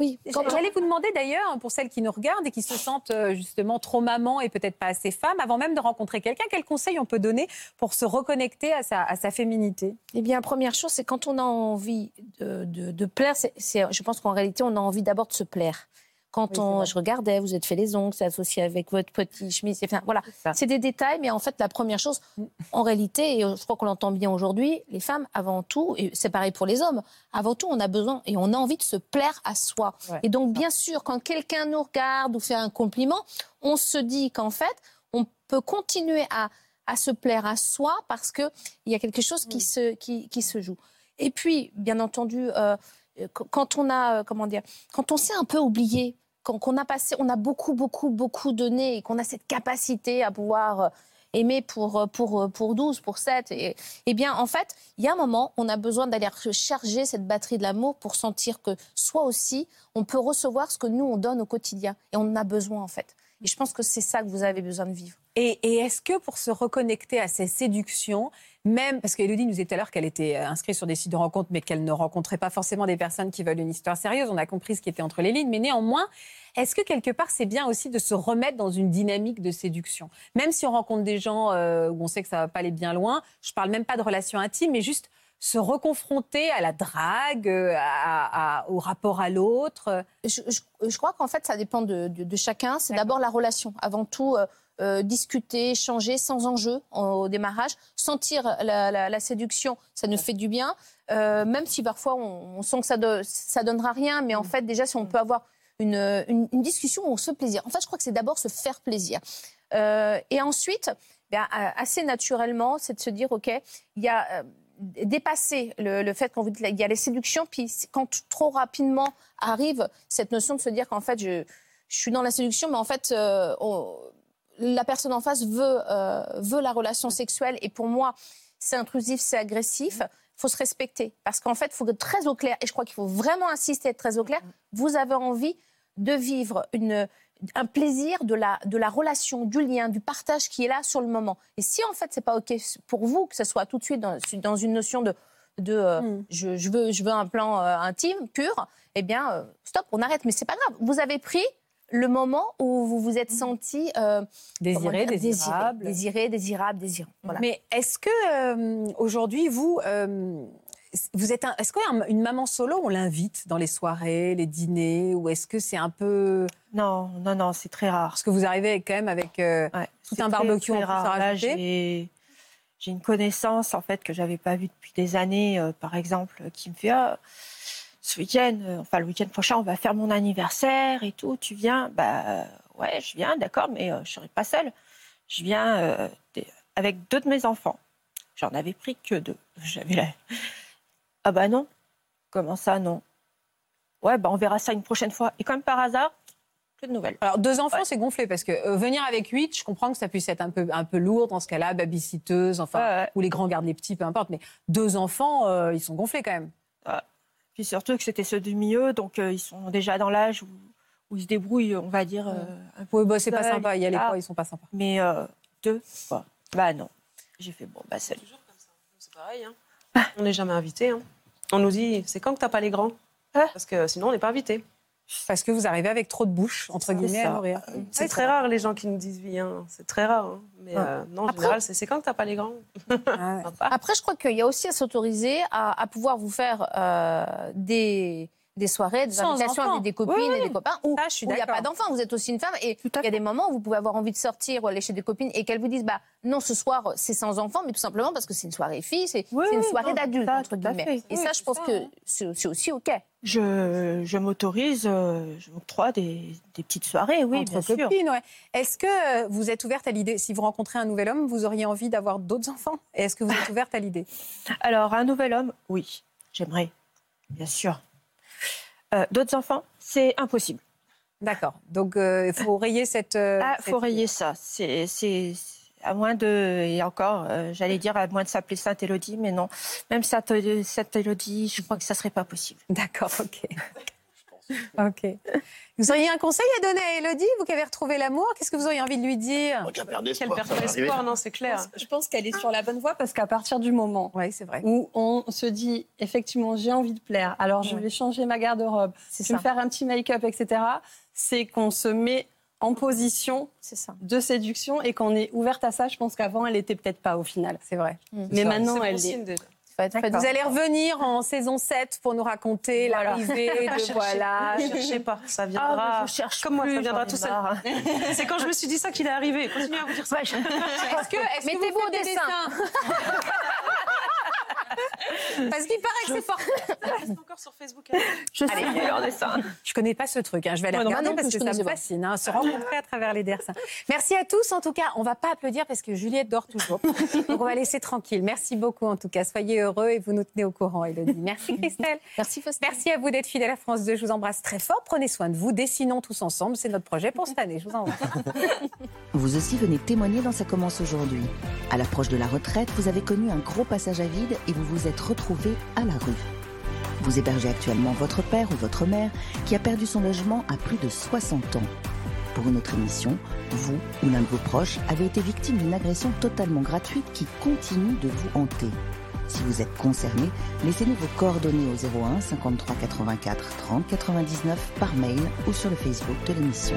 [SPEAKER 7] Oui.
[SPEAKER 13] quand on-
[SPEAKER 1] J'allais vous demander d'ailleurs, pour celles qui nous regardent et qui se sentent euh, justement trop maman et peut-être pas assez femme, avant même de rencontrer quelqu'un, quel conseil on peut donner pour se reconnecter à sa, à sa féminité
[SPEAKER 7] Eh bien, première chose, c'est quand on a envie de, de- de plaire, c'est- c'est- je pense qu'en réalité, on a envie d'abord de se plaire. Quand on, je regardais, vous êtes fait les ongles, c'est associé avec votre petite chemise. Enfin, voilà, c'est des détails, mais en fait, la première chose, en réalité, et je crois qu'on l'entend bien aujourd'hui, les femmes, avant tout, et c'est pareil pour les hommes, avant tout, on a besoin et on a envie de se plaire à soi.
[SPEAKER 1] Ouais.
[SPEAKER 7] Et donc, bien sûr, quand quelqu'un nous regarde ou fait un compliment, on se dit qu'en fait, on peut continuer à, à se plaire à soi parce qu'il y a quelque chose qui, se, qui, qui se joue. Et puis, bien entendu, euh, euh, qu- quand on a, euh, comment dire, quand on s'est un peu oublié, quand qu'on a passé, on a beaucoup, beaucoup, beaucoup donné et qu'on a cette capacité à pouvoir euh, aimer pour, euh, pour, euh, pour 12, pour 7, et, eh bien, en fait, il y a un moment, on a besoin d'aller recharger cette batterie de l'amour pour sentir que soi aussi, on peut recevoir ce que nous, on donne au quotidien. Et on en a besoin, en fait. Et je pense que c'est ça que vous avez besoin de vivre.
[SPEAKER 1] Et, et est-ce que pour se reconnecter à ces séductions, même parce qu'Élodie nous disait tout à l'heure qu'elle était euh, inscrite sur des sites de rencontres, mais qu'elle ne rencontrait pas forcément des personnes qui veulent une histoire sérieuse, on a compris ce qui était entre les lignes, mais néanmoins, est-ce que quelque part c'est bien aussi de se remettre dans une dynamique de séduction Même si on rencontre des gens euh, où on sait que ça va pas aller bien loin, je parle même pas de relations intimes, mais juste se reconfronter à la drague, euh, à- à- au rapport à l'autre. euh.
[SPEAKER 7] je, je- je crois qu'en fait, ça dépend de, de- de chacun. C'est d'abord la relation. Avant tout, euh, euh, discuter, changer sans enjeu en- au démarrage. Sentir la, la- la séduction, ça nous fait du bien. Euh, même si parfois, on, on sent que ça ne donnera rien.
[SPEAKER 1] Mm.
[SPEAKER 7] Mais en fait, déjà, si on peut avoir une, une- une discussion où on se fait plaisir. En fait, je crois que c'est d'abord se faire plaisir. Euh, et ensuite, bien, euh, assez naturellement, c'est de se dire, OK, il y a... euh, dépasser le, le fait qu'on vous dit il y a les séductions, puis c'est- quand t- trop rapidement arrive cette notion de se dire qu'en fait je, je suis dans la séduction, mais en fait euh, on- la personne en face veut, euh, veut la relation sexuelle et pour moi c'est intrusif, c'est agressif. Faut se respecter parce qu'en fait, il faut être très au clair. Et je crois qu'il faut vraiment insister, être très au clair. Vous avez envie de vivre une, un plaisir de la, de la relation, du lien, du partage qui est là sur le moment. Et si en fait c'est pas ok pour vous que ce soit tout de suite dans, dans une notion de, de euh,
[SPEAKER 1] Hmm.
[SPEAKER 7] je, je veux je veux un plan euh, intime pur, eh bien euh, stop, on arrête. Mais c'est pas grave. Vous avez pris le moment où vous vous êtes senti euh,
[SPEAKER 1] Hmm. Désiré,
[SPEAKER 7] comment
[SPEAKER 1] désirable.
[SPEAKER 7] désiré, désiré, désirable, désirant. Voilà.
[SPEAKER 1] Mais est-ce que euh, aujourd'hui, vous, euh, vous êtes un- est-ce qu'une maman solo, on l'invite dans les soirées, les dîners, ou est-ce que c'est un peu...
[SPEAKER 13] Non, non, non, c'est très rare.
[SPEAKER 1] Parce que vous arrivez quand même avec euh, tout
[SPEAKER 13] C'est
[SPEAKER 1] un
[SPEAKER 13] très,
[SPEAKER 1] barbecue
[SPEAKER 13] très
[SPEAKER 1] en plus
[SPEAKER 13] rare.
[SPEAKER 1] à
[SPEAKER 13] Là,
[SPEAKER 1] rajouter.
[SPEAKER 13] j'ai- j'ai une connaissance en fait que j'avais pas vue depuis des années, euh, par exemple, euh, qui me fait Ah, ce week-end, euh, enfin le week-end prochain, on va faire mon anniversaire et tout. Tu viens Bah euh, ouais, je viens, d'accord, mais euh, je serai pas seule. Je viens euh, des- avec deux de mes enfants. J'en avais pris que deux. J'avais la... Ah bah non. Comment ça non Ouais, bah on verra ça une prochaine fois. Et comme par hasard, que de nouvelles.
[SPEAKER 1] Alors, deux enfants, c'est gonflé parce que euh, venir avec huit, je comprends que ça puisse être un peu, un peu lourd dans ce cas-là, babysitteuse, enfin, où les grands gardent les petits, peu importe. Mais deux enfants, euh, ils sont gonflés quand même.
[SPEAKER 11] Ah,
[SPEAKER 13] Puis surtout que c'était ceux du milieu, donc euh, ils sont déjà dans l'âge où, où ils se débrouillent, on va dire. euh, un peu
[SPEAKER 1] Oui, bah, c'est pas
[SPEAKER 13] seuls,
[SPEAKER 1] sympa. Il y a les
[SPEAKER 13] etc.
[SPEAKER 1] trois, ils sont pas sympas.
[SPEAKER 13] Mais euh, deux, bah, bah non. J'ai fait bon, bah salut.
[SPEAKER 11] C'est pareil. hein. On n'est jamais invité. hein. On nous dit, c'est quand que t'as pas les grands Parce que sinon, on n'est pas invité.
[SPEAKER 1] Parce que vous arrivez avec trop de bouche, entre guillemets, à nourrir.
[SPEAKER 11] C'est très rare les gens qui nous disent viens. C'est très rare. hein. Mais
[SPEAKER 7] Ouais.
[SPEAKER 11] euh, non, en
[SPEAKER 7] Après-
[SPEAKER 11] général, c'est c'est quand que t'as pas les grands [LAUGHS]
[SPEAKER 7] Après, je crois qu'il y a aussi à s'autoriser à, à pouvoir vous faire euh, des, des soirées, des
[SPEAKER 1] Sans
[SPEAKER 7] invitations
[SPEAKER 1] enfants.
[SPEAKER 7] avec des copines
[SPEAKER 1] Oui,
[SPEAKER 7] et des
[SPEAKER 1] oui.
[SPEAKER 7] copains où où il n'y a
[SPEAKER 1] d'accord.
[SPEAKER 7] pas d'enfants. Vous êtes aussi une femme et il y a des moments où vous pouvez avoir envie de sortir ou aller chez des copines et qu'elles vous disent bah, non, ce soir, c'est sans enfants, mais tout simplement parce que c'est une soirée fille, c'est c'est une
[SPEAKER 13] oui,
[SPEAKER 7] soirée
[SPEAKER 13] non,
[SPEAKER 7] d'adultes,
[SPEAKER 13] ça,
[SPEAKER 7] entre
[SPEAKER 13] tout à
[SPEAKER 7] guillemets.
[SPEAKER 13] fait. Oui,
[SPEAKER 7] Et ça, je
[SPEAKER 13] c'est
[SPEAKER 7] pense
[SPEAKER 13] ça,
[SPEAKER 7] que
[SPEAKER 13] hein.
[SPEAKER 7] c'est c'est aussi OK.
[SPEAKER 13] Je, je m'autorise, euh, je m'octroie des, des petites soirées, oui,
[SPEAKER 1] Entre
[SPEAKER 13] bien sûr.
[SPEAKER 1] copines, ouais. Est-ce que euh, vous êtes ouverte à l'idée, si vous rencontrez un nouvel homme, vous auriez envie d'avoir d'autres enfants Et Est-ce que vous êtes ouverte à l'idée
[SPEAKER 13] [LAUGHS] Alors, un nouvel homme, oui, j'aimerais, bien sûr. Euh, D'autres enfants, c'est impossible.
[SPEAKER 1] D'accord. Donc, euh, il faut rayer cette. euh,
[SPEAKER 13] Ah,
[SPEAKER 1] cette-
[SPEAKER 13] faut rayer ça. C'est, c'est- à moins de, et encore, euh, j'allais dire à moins de s'appeler Sainte Élodie, mais non. Même Sainte, euh, Sainte Élodie, je crois que ça serait pas possible.
[SPEAKER 1] D'accord, ok. Ok. Vous auriez un conseil à donner à Elodie, vous qui avez retrouvé l'amour Qu'est-ce que vous auriez envie de lui dire
[SPEAKER 4] Qu'elle perd
[SPEAKER 1] d'espoir,
[SPEAKER 4] Qu'elle perd ça va d'espoir, arriver.
[SPEAKER 1] non, c'est clair.
[SPEAKER 5] Je pense- Je pense qu'elle est sur la bonne voie parce qu'à partir du moment
[SPEAKER 1] vrai.
[SPEAKER 5] où on se dit effectivement j'ai envie de plaire, alors je vais changer ma garde-robe, je vais me faire un petit make-up, etc., c'est qu'on se met en position de séduction et qu'on est ouverte à ça. Je pense qu'avant elle était peut-être pas au final.
[SPEAKER 1] C'est vrai.
[SPEAKER 5] Mais
[SPEAKER 1] C'est
[SPEAKER 5] maintenant
[SPEAKER 1] bon
[SPEAKER 5] elle
[SPEAKER 1] signe,
[SPEAKER 5] est.
[SPEAKER 1] Vous allez revenir en saison 7 pour nous raconter
[SPEAKER 11] Ah.
[SPEAKER 1] [LAUGHS] l'arrivée
[SPEAKER 11] [LAUGHS]
[SPEAKER 1] de voilà.
[SPEAKER 11] Je cherchez pas, ça viendra. Comme moi, ça viendra tout seul. [LAUGHS] c'est quand je me suis dit ça qu'il est arrivé. Continuez à vous dire ça.
[SPEAKER 1] Est-ce que, est-ce que vous faites des dessins Parce qu'il paraît que c'est [LAUGHS] fort.
[SPEAKER 11] encore sur Facebook.
[SPEAKER 1] Je
[SPEAKER 11] suis nulle en dessin.
[SPEAKER 1] Je connais pas ce truc. hein. Je vais aller
[SPEAKER 11] Moi non, moi
[SPEAKER 1] regarder
[SPEAKER 11] non
[SPEAKER 1] parce
[SPEAKER 11] plus, je
[SPEAKER 1] que ça me
[SPEAKER 11] connaissais pas.
[SPEAKER 1] fascine. hein, se rencontrer à travers les dessins. Merci à tous. En tout cas, on va pas applaudir parce que Juliette dort toujours. Donc on va laisser tranquille. Merci beaucoup en tout cas. Soyez heureux et vous nous tenez au courant, Elodie. Merci Christelle.
[SPEAKER 7] Merci
[SPEAKER 1] Merci à vous d'être fidèle à France 2. Je vous embrasse très fort. Prenez soin de vous. Dessinons tous ensemble. C'est notre projet pour cette année. Je vous embrasse.
[SPEAKER 14] Vous aussi venez témoigner dans Ça commence aujourd'hui. À l'approche de la retraite, vous avez connu un gros passage à vide et vous vous êtes retrouvé à la rue. Vous hébergez actuellement votre père ou votre mère qui a perdu son logement à plus de 60 ans. Pour une autre émission, vous ou l'un de vos proches avez été victime d'une agression totalement gratuite qui continue de vous hanter. Si vous êtes concerné, laissez-nous vos coordonnées au 01 53 84 30 99 par mail ou sur le Facebook de l'émission.